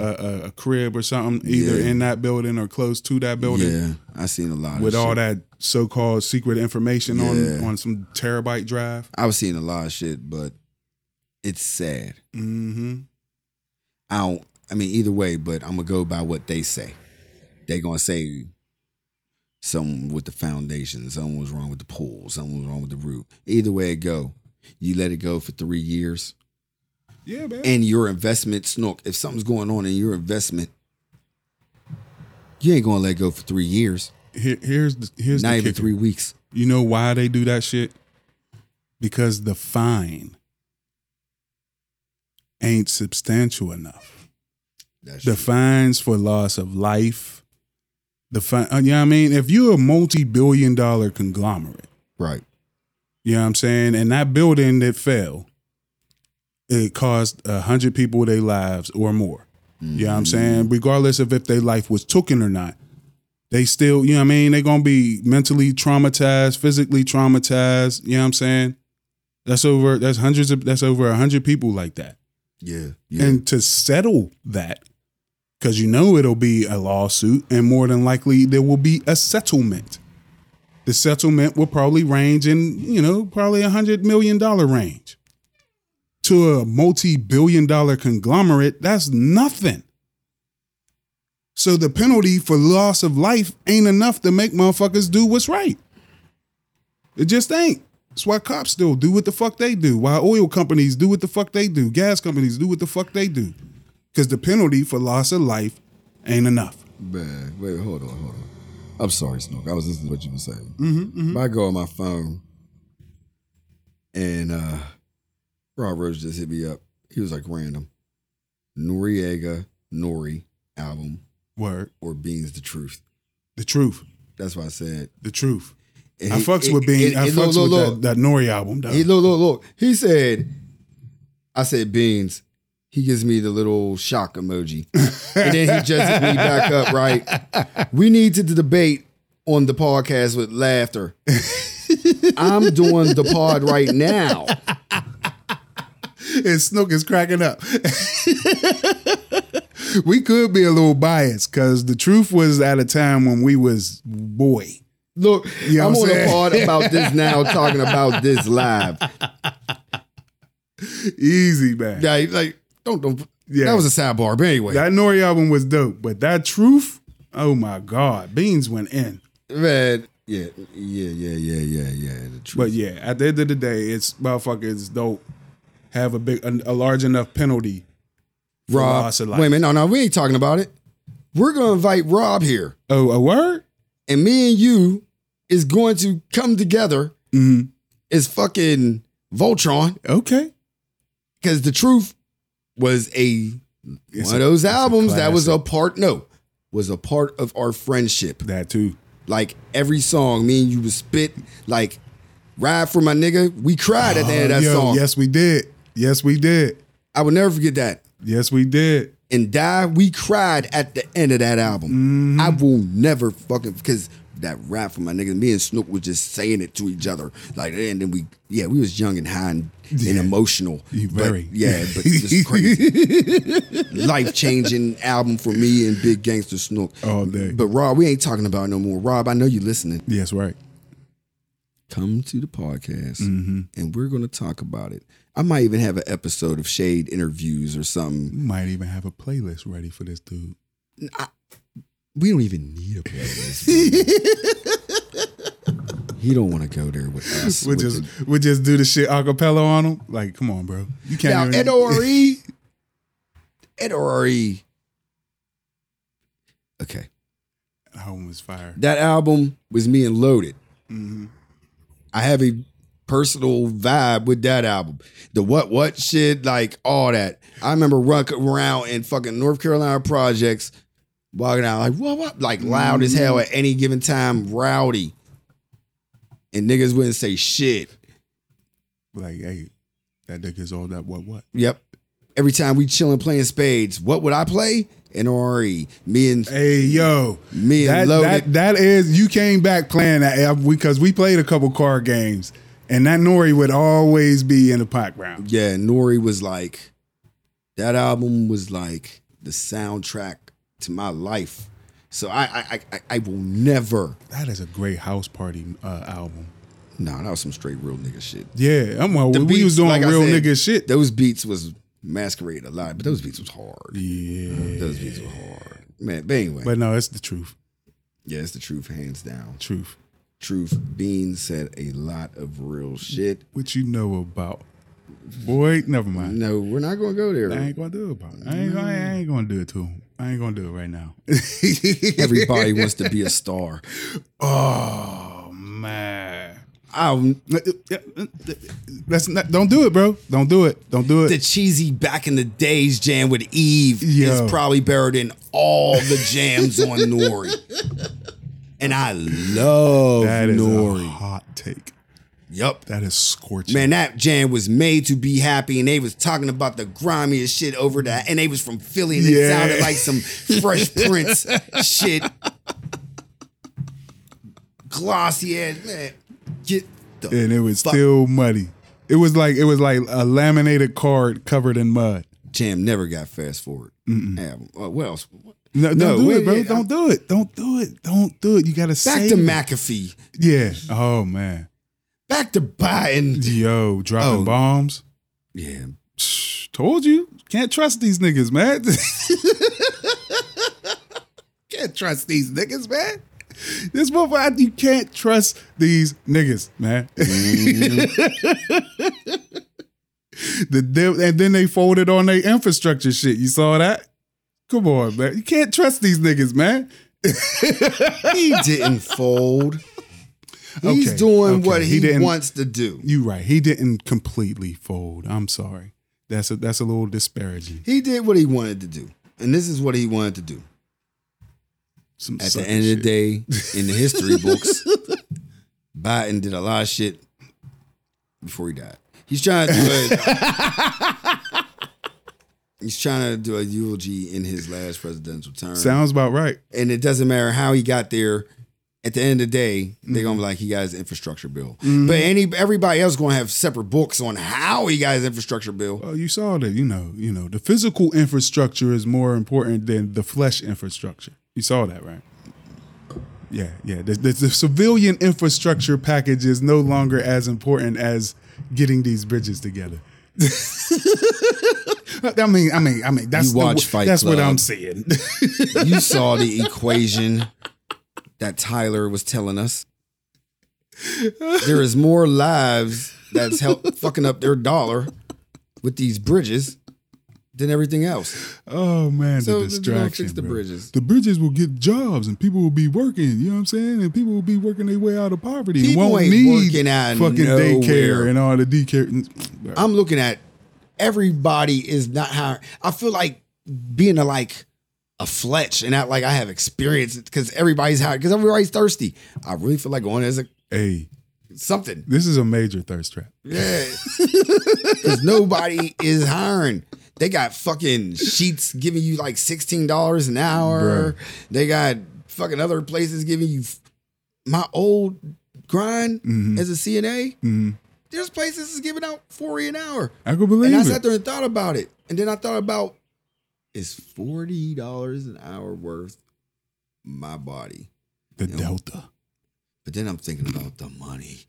Speaker 4: a, a crib or something either
Speaker 3: Yeah.
Speaker 4: in that building or close to that building.
Speaker 3: yeah, I seen a lot of
Speaker 4: With
Speaker 3: shit.
Speaker 4: all that so-called secret information
Speaker 3: Yeah.
Speaker 4: on on some terabyte drive,
Speaker 3: I was seeing a lot of shit, but it's sad.
Speaker 4: mm-hmm.
Speaker 3: I don't. I mean, either way, but I'm gonna go by what they say. They gonna say something with the foundation, something was wrong with the pool, something was wrong with the roof. Either way it go, you let it go for three years.
Speaker 4: yeah, man.
Speaker 3: and your investment snook. If something's going on in your investment, you ain't gonna let go for three years,
Speaker 4: Here, here's the here's
Speaker 3: not
Speaker 4: the
Speaker 3: even
Speaker 4: kicker.
Speaker 3: three weeks.
Speaker 4: You know why they do that shit? Because the fine ain't substantial enough.
Speaker 3: That's
Speaker 4: The fines for loss of life, the fine, you know what I mean? If you're a multi billion dollar conglomerate,
Speaker 3: right.
Speaker 4: you know what I'm saying? And that building that fell, it cost a hundred people their lives or more. You know
Speaker 3: Mm-hmm. Mm.
Speaker 4: what I'm saying? Regardless of if their life was taken or not, they still, you know what I mean? They're gonna be mentally traumatized, physically traumatized, you know what I'm saying? That's over that's hundreds of that's over a hundred people like that.
Speaker 3: Yeah. Yeah.
Speaker 4: And to settle that, because you know it'll be a lawsuit, and more than likely there will be a settlement. The settlement will probably range in, you know, probably a hundred million dollar range. To a multi-billion dollar conglomerate, that's nothing. So the penalty for loss of life ain't enough to make motherfuckers do what's right. It just ain't. That's why cops still do what the fuck they do. Why oil companies do what the fuck they do. Gas companies do what the fuck they do. Because the penalty for loss of life ain't enough.
Speaker 3: Man, wait,
Speaker 4: Mm-hmm, Hmm?
Speaker 3: hold on, hold on. I'm sorry, Snook. I was listening to what you were saying. If I go on my phone And uh Rob Roach just hit me up. He was like random. Noriega Nori album
Speaker 4: Word.
Speaker 3: or Beans the Truth.
Speaker 4: The truth. That's
Speaker 3: That's why I said
Speaker 4: the truth.
Speaker 3: And
Speaker 4: I
Speaker 3: he-
Speaker 4: fucks with
Speaker 3: and-
Speaker 4: being.
Speaker 3: and-
Speaker 4: I
Speaker 3: and
Speaker 4: fucks
Speaker 3: look,
Speaker 4: with
Speaker 3: look, look.
Speaker 4: That, that Nori album. Though.
Speaker 3: He look, look, look. He said, I said beans. He gives me the little shock emoji. And then he judges me back up, right? We need to debate on the podcast with laughter. I'm doing the pod right now.
Speaker 4: and Snook is cracking up. we could be a little biased because the truth was at a time when we was boy.
Speaker 3: Look,
Speaker 4: know
Speaker 3: I'm on
Speaker 4: what I'm
Speaker 3: the
Speaker 4: saying?
Speaker 3: pod about this now, talking about this live.
Speaker 4: Easy man. That,
Speaker 3: Yeah, he like don't, don't
Speaker 4: Yeah.
Speaker 3: that was a sidebar, but anyway.
Speaker 4: Nori album was dope, but that truth. Oh my God, Beans went in.
Speaker 3: man, yeah, yeah, yeah, yeah, yeah, yeah. The truth.
Speaker 4: But yeah, at the end of the day, it's motherfuckers don't have a big, a, a large enough penalty. for
Speaker 3: Rob,
Speaker 4: loss of life.
Speaker 3: wait a minute. No, no, we ain't talking about it. We're going to invite Rob here,
Speaker 4: Oh, a word.
Speaker 3: and me and you is going to come together as fucking Voltron
Speaker 4: Mm-hmm. Okay.
Speaker 3: because the truth was a
Speaker 4: It's
Speaker 3: one of
Speaker 4: a-
Speaker 3: those
Speaker 4: it's a
Speaker 3: albums that was a
Speaker 4: classic.
Speaker 3: part no was a part of our friendship.
Speaker 4: that too.
Speaker 3: Like every song, me and you would spit like "Ride for My Nigga." We cried at the end of that
Speaker 4: Uh, Yo,
Speaker 3: song.
Speaker 4: Yes, we did. Yes, we did.
Speaker 3: I will never forget that.
Speaker 4: Yes, we did.
Speaker 3: and die we cried at the end of that album
Speaker 4: Mm-hmm.
Speaker 3: i will never fucking because that rap from my nigga me and snook was just saying it to each other like and then we yeah we was young and high and, and emotional
Speaker 4: You
Speaker 3: But,
Speaker 4: very.
Speaker 3: yeah but it's crazy life-changing album for me and big gangster snook
Speaker 4: All day.
Speaker 3: but rob we ain't talking about it no more rob i know you listening
Speaker 4: Yes, right.
Speaker 3: come to the podcast
Speaker 4: Mm-hmm.
Speaker 3: and we're going to talk about it i might even have an episode of shade interviews or something
Speaker 4: We might even have a playlist ready for this dude.
Speaker 3: We don't even need a playlist. he don't want to go there with us.
Speaker 4: We'll
Speaker 3: with
Speaker 4: just
Speaker 3: the-
Speaker 4: we'll just do the shit acapella on him. Like, come on, bro. You can't.
Speaker 3: now
Speaker 4: even-
Speaker 3: at ORE, at ORE. E. Okay,
Speaker 4: That album was fire.
Speaker 3: that album was me and Loaded.
Speaker 4: Mhm.
Speaker 3: I have a personal vibe with that album. The what what shit, like all that. I remember running around in fucking North Carolina projects, walking out like what what, like loud as hell at any given time, rowdy, and niggas wouldn't say shit.
Speaker 4: Like, hey, that dick is all that. What? What?
Speaker 3: Yep. Every time we chilling playing spades, what would I play? NRE. Me and
Speaker 4: Hey, yo.
Speaker 3: me
Speaker 4: That,
Speaker 3: and loaded.
Speaker 4: that that is you came back playing that because we played a couple card games and that Nori would always be in the background.
Speaker 3: yeah, Nori was like, that album was like the soundtrack to my life. So I I I- I, I will never.
Speaker 4: That is a great house party uh, album.
Speaker 3: Nah, that was some straight real nigga shit.
Speaker 4: Yeah, I'm all,
Speaker 3: The
Speaker 4: we
Speaker 3: beats,
Speaker 4: was doing
Speaker 3: like I
Speaker 4: real
Speaker 3: said,
Speaker 4: nigga shit.
Speaker 3: Those beats was masquerade a lot, but those beats was hard.
Speaker 4: Yeah,
Speaker 3: Those beats were hard. Man, but anyway,
Speaker 4: but no, it's the truth.
Speaker 3: yeah, it's the truth, hands down.
Speaker 4: Truth.
Speaker 3: Truth. Bean said a lot of real shit.
Speaker 4: What you know about? Boy, never mind.
Speaker 3: No, we're not gonna go there.
Speaker 4: I ain't gonna do it about. It. I ain't. I ain't- I ain't gonna do it to him. I ain't gonna do it right now.
Speaker 3: Everybody wants to be a star.
Speaker 4: oh man. uh,
Speaker 3: Um,
Speaker 4: That's not. Don't do it, bro. Don't do it. Don't do it.
Speaker 3: the cheesy back in the days jam with Eve
Speaker 4: Yo.
Speaker 3: is probably buried in all the jams on Nori. And I love
Speaker 4: That is a
Speaker 3: Nori.
Speaker 4: hot take.
Speaker 3: Yep.
Speaker 4: That is scorching.
Speaker 3: Man, that jam was made to be happy, and they was talking about the grimiest shit over that, and they was from Philly, and it
Speaker 4: Yeah.
Speaker 3: sounded like some Fresh Prince shit. Glossy ass man, get the
Speaker 4: and it was
Speaker 3: fuck-
Speaker 4: still muddy. It was like it was like a laminated card covered in mud.
Speaker 3: Jam never got fast forward. Album. Uh, what else?
Speaker 4: No, don't
Speaker 3: No,
Speaker 4: do
Speaker 3: wait,
Speaker 4: it, bro.
Speaker 3: yeah,
Speaker 4: don't do it. Don't do it. Don't do it. You gotta
Speaker 3: Back
Speaker 4: save
Speaker 3: to
Speaker 4: it.
Speaker 3: McAfee.
Speaker 4: Yeah. Oh man.
Speaker 3: Back to Biden.
Speaker 4: Yo, dropping
Speaker 3: Oh.
Speaker 4: bombs.
Speaker 3: Yeah.
Speaker 4: Psh, Told you. Can't trust these niggas, man. can't trust these niggas, man. This motherfucker, you can't trust these niggas, man.
Speaker 3: Mm-hmm.
Speaker 4: the dev- and then they folded on their infrastructure shit. You saw that? Come on, man. You can't trust these niggas, man.
Speaker 3: He didn't fold. He's
Speaker 4: Okay,
Speaker 3: doing
Speaker 4: okay.
Speaker 3: what
Speaker 4: He
Speaker 3: he,
Speaker 4: didn't-
Speaker 3: wants to do.
Speaker 4: You right. He didn't completely fold. I'm sorry. That's a that's a little disparaging.
Speaker 3: He did what he wanted to do. And this is what he wanted to do.
Speaker 4: Some
Speaker 3: At
Speaker 4: sucker
Speaker 3: the end
Speaker 4: shit.
Speaker 3: of the day, in the history books, Biden did a lot of shit before he died. He's trying to do a, He's trying to do a eulogy in his last presidential term.
Speaker 4: sounds about right.
Speaker 3: and it doesn't matter how he got there. At the end of the day, they're
Speaker 4: Mm-hmm.
Speaker 3: gonna be like he got his infrastructure bill. But any everybody else gonna have separate books on how he got his infrastructure bill.
Speaker 4: Well, Oh, you saw that, you know, you know, the physical infrastructure is more important than the flesh infrastructure. You saw that, right? Yeah, yeah. The, the, the civilian infrastructure package is no longer as important as getting these bridges together. I mean, I mean, I mean. That's
Speaker 3: You watch
Speaker 4: the,
Speaker 3: Fight
Speaker 4: That's what
Speaker 3: Club.
Speaker 4: I'm saying.
Speaker 3: you saw the equation that Tyler was telling us. There is more lives that's help fucking up their dollar with these bridges than everything else.
Speaker 4: Oh man,
Speaker 3: So
Speaker 4: the
Speaker 3: they're gonna
Speaker 4: distraction.
Speaker 3: fix the
Speaker 4: bro.
Speaker 3: bridges.
Speaker 4: The bridges will get jobs and people will be working. You know what I'm saying? And people will be working their way out of poverty. and
Speaker 3: People
Speaker 4: won't
Speaker 3: ain't
Speaker 4: need
Speaker 3: working out of
Speaker 4: fucking
Speaker 3: nowhere.
Speaker 4: daycare and all the daycare.
Speaker 3: I'm looking at everybody is not hiring. I feel like being a like a fletch and not like I have experience because everybody's hired because everybody's thirsty. I really feel like going as a
Speaker 4: hey,
Speaker 3: something.
Speaker 4: this is a major thirst trap.
Speaker 3: Yeah. Because nobody is hiring. They got fucking sheets giving you like $16 an hour.
Speaker 4: Bruh.
Speaker 3: They got fucking other places giving you f- my old grind
Speaker 4: Mhm.
Speaker 3: as a CNA.
Speaker 4: Mhm.
Speaker 3: There's places that's giving out 40 an hour.
Speaker 4: I could believe
Speaker 3: and I
Speaker 4: it.
Speaker 3: sat there and thought about it. And then I thought about is $40 an hour worth my body?
Speaker 4: the Delta.
Speaker 3: But then I'm thinking about the money.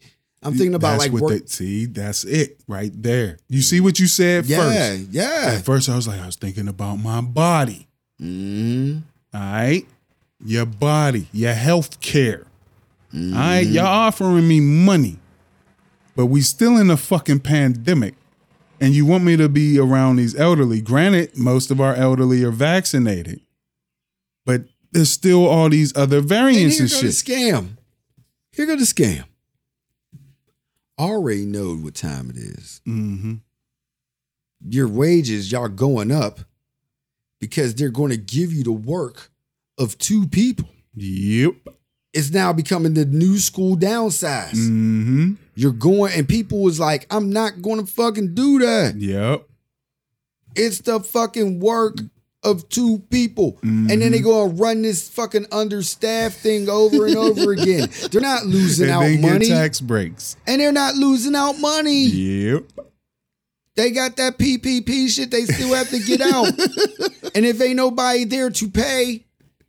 Speaker 3: I'm thinking about
Speaker 4: That's
Speaker 3: like
Speaker 4: what
Speaker 3: work.
Speaker 4: they- see. That's it right there. You see what you said
Speaker 3: yeah,
Speaker 4: first.
Speaker 3: yeah.
Speaker 4: At first, I was like, I was thinking about my body.
Speaker 3: Mm-hmm.
Speaker 4: All right. Your body, your health care. All right. Y'all offering me money, but we still in a fucking pandemic. And you want me to be around these elderly. Granted, most of our elderly are vaccinated, but there's still all these other
Speaker 3: And
Speaker 4: variants
Speaker 3: here
Speaker 4: and
Speaker 3: go the
Speaker 4: shit.
Speaker 3: scam. Here go the scam. Already know what time it is.
Speaker 4: Mm-hmm.
Speaker 3: Your wages, y'all going up because they're going to give you the work of two people.
Speaker 4: Yep.
Speaker 3: It's now becoming the new school downsize.
Speaker 4: Mm-hmm.
Speaker 3: You're going, and people was like, I'm not going to fucking do that.
Speaker 4: Yep.
Speaker 3: It's the fucking work of two people. And then they go and run this fucking understaffed thing over and over again. They're not losing
Speaker 4: And
Speaker 3: out
Speaker 4: then
Speaker 3: money.
Speaker 4: get tax breaks.
Speaker 3: and they're not losing out money.
Speaker 4: Yep.
Speaker 3: They got that PPP shit they still have to get out. and if ain't nobody there to pay,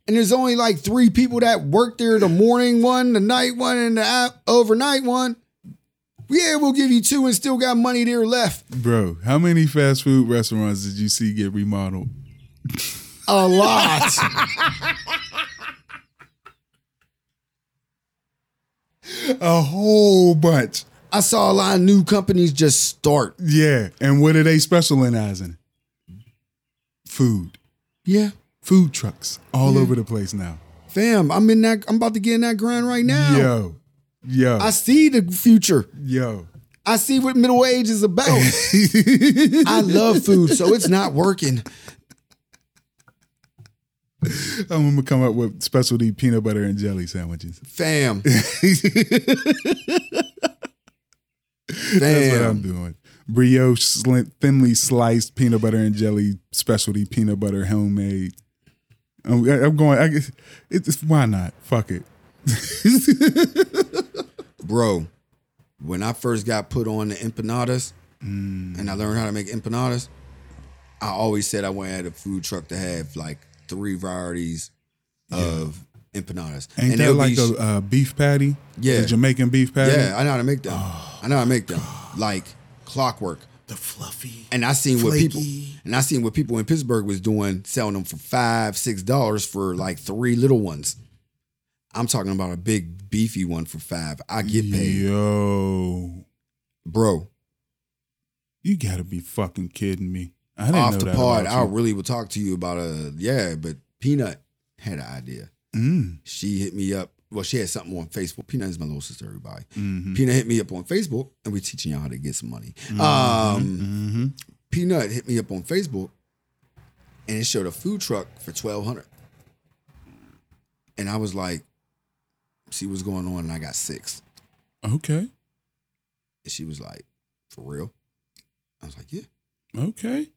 Speaker 3: and there's only like three people that work there the morning one, the night one, and the out- overnight one, yeah, we'll give you two and still got money there left.
Speaker 4: Bro, how many fast food restaurants did you see get remodeled?
Speaker 3: A lot.
Speaker 4: A whole bunch.
Speaker 3: I saw a lot of new companies just start.
Speaker 4: Yeah, and what are they specializing? Food,
Speaker 3: Yeah.
Speaker 4: food trucks all over the place now.
Speaker 3: Fam, I'm in that, I'm about to get in that grind right now.
Speaker 4: Yo, yo,
Speaker 3: I see the future.
Speaker 4: yo.
Speaker 3: I see what middle age is about. I love food, so it's not working.
Speaker 4: I'm gonna come up with specialty peanut butter and jelly sandwiches.
Speaker 3: Fam.
Speaker 4: That's what
Speaker 3: Fam.
Speaker 4: I'm doing. Brioche, sli- thinly sliced peanut butter and jelly, specialty peanut butter, homemade. I'm, I'm going. I, guess- it's why not? Fuck it.
Speaker 3: Bro, when I first got put on the empanadas and I learned how to make empanadas, I always said I wanted a food truck to have like three varieties of empanadas.
Speaker 4: Ain't
Speaker 3: they
Speaker 4: that
Speaker 3: would
Speaker 4: like
Speaker 3: be-
Speaker 4: a uh, beef patty?
Speaker 3: Yeah.
Speaker 4: the Jamaican beef patty.
Speaker 3: Yeah, I know how to make them. I know how to make them. Like clockwork.
Speaker 2: The fluffy.
Speaker 3: And I seen what people
Speaker 2: Flaky.
Speaker 3: and I seen what people in Pittsburgh was doing, selling them for five, six dollars for like three little ones. I'm talking about a big beefy one for five. I get paid.
Speaker 4: Yo,
Speaker 3: Bro,
Speaker 4: you gotta be fucking kidding me! I didn't
Speaker 3: off
Speaker 4: know
Speaker 3: the
Speaker 4: that
Speaker 3: pod, I
Speaker 4: about
Speaker 3: really would uh, talk to you about a yeah, but Peanut had an idea.
Speaker 4: you. Mm.
Speaker 3: She hit me up well, she had something on Facebook. Peanut is my little sister, everybody.
Speaker 4: Mm-hmm. Mm.
Speaker 3: Peanut hit me up on Facebook, and we teaching y'all how to get some money. Um, Peanut hit me up on Facebook, and it showed a food truck for twelve hundred, and I was like, "See what's going on?" And I got six,
Speaker 4: Mm-hmm. Okay.
Speaker 3: and she was like, "For real?" I was like, "Yeah."
Speaker 4: Okay.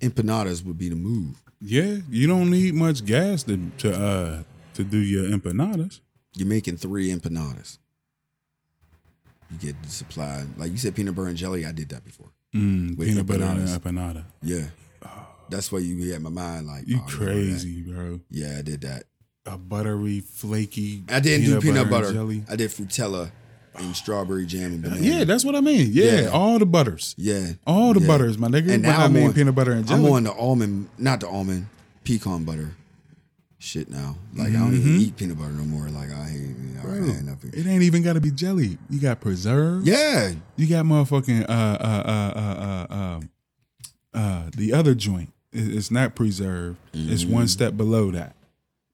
Speaker 3: Empanadas would be the move.
Speaker 4: Yeah, you don't need much gas to to uh to do your empanadas.
Speaker 3: You're making three empanadas. You get the supply, like you said, peanut butter and jelly. I did that before.
Speaker 4: Mm,
Speaker 3: With
Speaker 4: peanut butter and
Speaker 3: empanadas.
Speaker 4: empanada.
Speaker 3: Yeah. That's where you had my mind like
Speaker 4: You
Speaker 3: oh, I remember that.
Speaker 4: crazy, bro.
Speaker 3: Yeah, I did that.
Speaker 4: A buttery, flaky.
Speaker 3: I didn't do peanut
Speaker 4: and
Speaker 3: butter.
Speaker 4: jelly.
Speaker 3: I did frutella and strawberry jam and banana.
Speaker 4: Yeah, that's what I mean. Yeah,
Speaker 3: Yeah.
Speaker 4: all the butters,
Speaker 3: yeah.
Speaker 4: all the
Speaker 3: yeah.
Speaker 4: butters, my nigga.
Speaker 3: And
Speaker 4: but
Speaker 3: now
Speaker 4: I
Speaker 3: I'm
Speaker 4: mean
Speaker 3: on-
Speaker 4: peanut butter and jelly.
Speaker 3: I'm on the almond, not the almond, pecan butter shit now. Like I don't even eat peanut butter no more. Like I ain't, I
Speaker 4: Mm-hmm. Bro,
Speaker 3: ain't up
Speaker 4: it ain't even got to be jelly. You got preserve.
Speaker 3: Yeah,
Speaker 4: You got motherfucking uh uh uh uh uh uh, uh the other joint. It- It's not preserved. It's
Speaker 3: Mm-hmm.
Speaker 4: one step below that,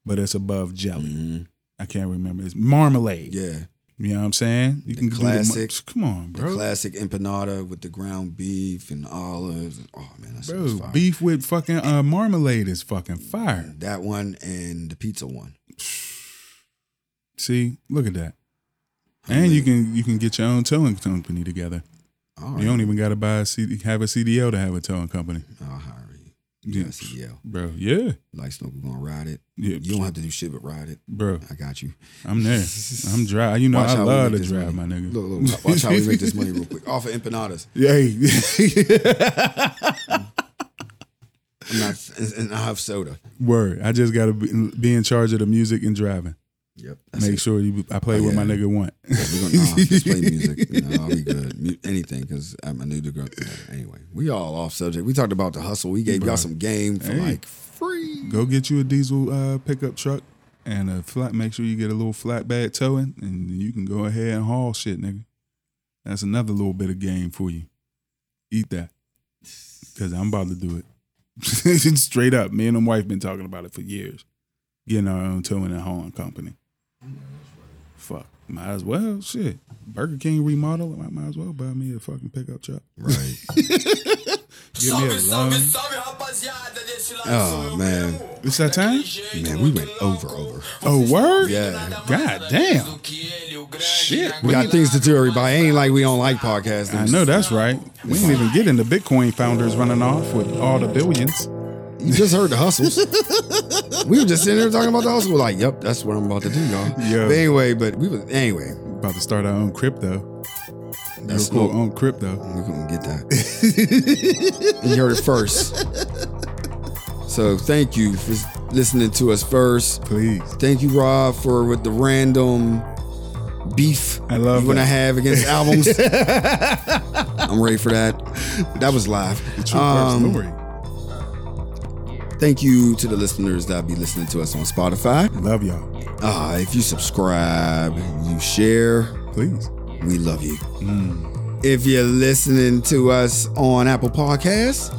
Speaker 4: but it's above jelly. I can't remember. It's marmalade.
Speaker 3: Mm-hmm. yeah.
Speaker 4: You know what I'm saying? You
Speaker 3: The
Speaker 4: do the mu-
Speaker 3: classic-
Speaker 4: come on,
Speaker 3: The
Speaker 4: bro.
Speaker 3: classic empanada with the ground beef and olives. And, oh man, that's
Speaker 4: bro,
Speaker 3: fire. Mm-hmm.
Speaker 4: beef with fucking uh, marmalade is fucking fire.
Speaker 3: That one and the pizza one.
Speaker 4: See, look at that. And you can you can get your own towing company together.
Speaker 3: All
Speaker 4: You
Speaker 3: right,
Speaker 4: don't even got to buy a CD, have a CDL to have a towing company.
Speaker 3: I'll hire Oh, you.
Speaker 4: Yeah.
Speaker 3: Yes, yeah.
Speaker 4: Bro, yeah.
Speaker 3: Like Snoop, we gonna ride it.
Speaker 4: Yeah.
Speaker 3: You don't have to do shit but ride it.
Speaker 4: Bro,
Speaker 3: I got you.
Speaker 4: I'm there. I'm dry. You know,
Speaker 3: Watch
Speaker 4: I
Speaker 3: how we
Speaker 4: love to
Speaker 3: make this
Speaker 4: drive,
Speaker 3: money.
Speaker 4: my nigga.
Speaker 3: Look, look, wa- watch how we make this money real quick. Off of empanadas.
Speaker 4: Yeah, hey.
Speaker 3: I'm not, and, and I have soda.
Speaker 4: Word. I just got to be, be in charge of the music and driving.
Speaker 3: Yep.
Speaker 4: Make sure you, I play
Speaker 3: Oh,
Speaker 4: what my
Speaker 3: yeah.
Speaker 4: nigga want.
Speaker 3: We're gonna nah, just play music. You know, I'll be good. Mu- Anything, because I'm a new to girl. Anyway, we all off subject. We talked about the hustle. We gave y'all some game for
Speaker 4: Hey.
Speaker 3: like free.
Speaker 4: Go get you a diesel uh, pickup truck and a flat. Make sure you get a little flatbed towing, and you can go ahead and haul shit, nigga. That's another little bit of game for you. Eat that, cause I'm about to do it. Straight up, me and my wife been talking about it for years. Getting our own towing and hauling company. Fuck, might as well. Shit, Burger King remodel. I might as well buy me a fucking pickup truck.
Speaker 3: Right.
Speaker 4: Give me a loan.
Speaker 3: Oh man,
Speaker 4: It's that time.
Speaker 3: man, we went over over.
Speaker 4: Oh word.
Speaker 3: Yeah.
Speaker 4: God damn.
Speaker 2: Shit.
Speaker 3: We got things to do, everybody. Ain't like we don't like podcasting.
Speaker 4: I know that's right. We didn't even get into Bitcoin founders running off with all the billions.
Speaker 3: You just heard the hustles. we were just sitting there talking about the hustle. Like, yep, that's what I'm about to do, y'all.
Speaker 4: Yeah.
Speaker 3: But anyway, but we was anyway.
Speaker 4: About to start our own crypto. Real
Speaker 3: That's
Speaker 4: cool
Speaker 3: cool.
Speaker 4: own crypto.
Speaker 3: We're gonna get that. you heard it first. So thank you for listening to us first.
Speaker 4: Please.
Speaker 3: Thank you, Rob, for with the random beef
Speaker 4: I love
Speaker 3: you want to
Speaker 4: that.
Speaker 3: have against albums. I'm ready for that. That was live.
Speaker 4: True
Speaker 3: Um,
Speaker 4: first story.
Speaker 3: Thank you to the listeners that be listening to us on Spotify.
Speaker 4: Love y'all.
Speaker 3: Uh, if you subscribe, you share,
Speaker 4: Please.
Speaker 3: we love you.
Speaker 4: Mm.
Speaker 3: If you're listening to us on Apple Podcasts,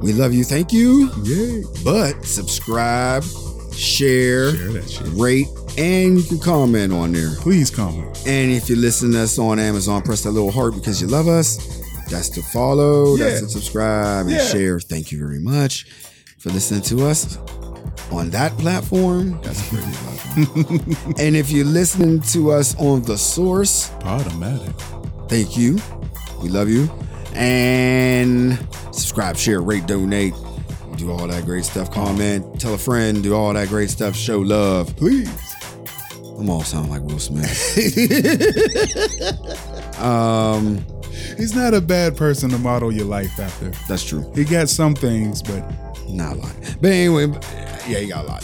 Speaker 3: we love you. Thank you.
Speaker 4: Yay.
Speaker 3: But subscribe, share,
Speaker 4: Share that shit.
Speaker 3: rate, and you can comment on there.
Speaker 4: Please comment.
Speaker 3: And if you listen to us on Amazon, press that little heart because you love us. That's to follow, that's
Speaker 4: Yeah.
Speaker 3: to subscribe and
Speaker 4: Yeah.
Speaker 3: share. Thank you very much for listening to us on that platform. That's a pretty platform. and if you're listening to us on The Source,
Speaker 4: Automatic.
Speaker 3: thank you. We love you. And subscribe, share, rate, donate, do all that great stuff. Comment, tell a friend, do all that great stuff. Show love.
Speaker 4: Please.
Speaker 3: I'm all sound like Will Smith.
Speaker 4: He's not a bad person to model your life after.
Speaker 3: That's true.
Speaker 4: He got some things, but
Speaker 3: Not a lot. But anyway, b- yeah, you got a lot.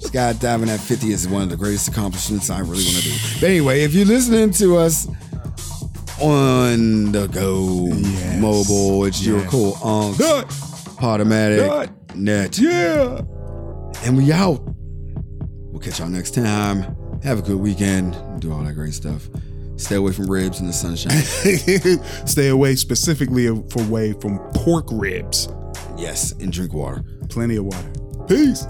Speaker 3: Skydiving at 50 is one of the greatest accomplishments I really want to do. But anyway, if you're listening to us on the go,
Speaker 4: Yes.
Speaker 3: mobile, it's your
Speaker 4: Yes.
Speaker 3: cool unc,
Speaker 4: Good.
Speaker 3: Podomatic,
Speaker 4: Good.
Speaker 3: Net,
Speaker 4: Yeah.
Speaker 3: and we out. We'll catch y'all next time. Have a good weekend. Do all that great stuff. Stay away from ribs in the sunshine.
Speaker 4: Stay away specifically for away from pork ribs.
Speaker 3: yes, and drink water.
Speaker 4: Plenty of water. Peace.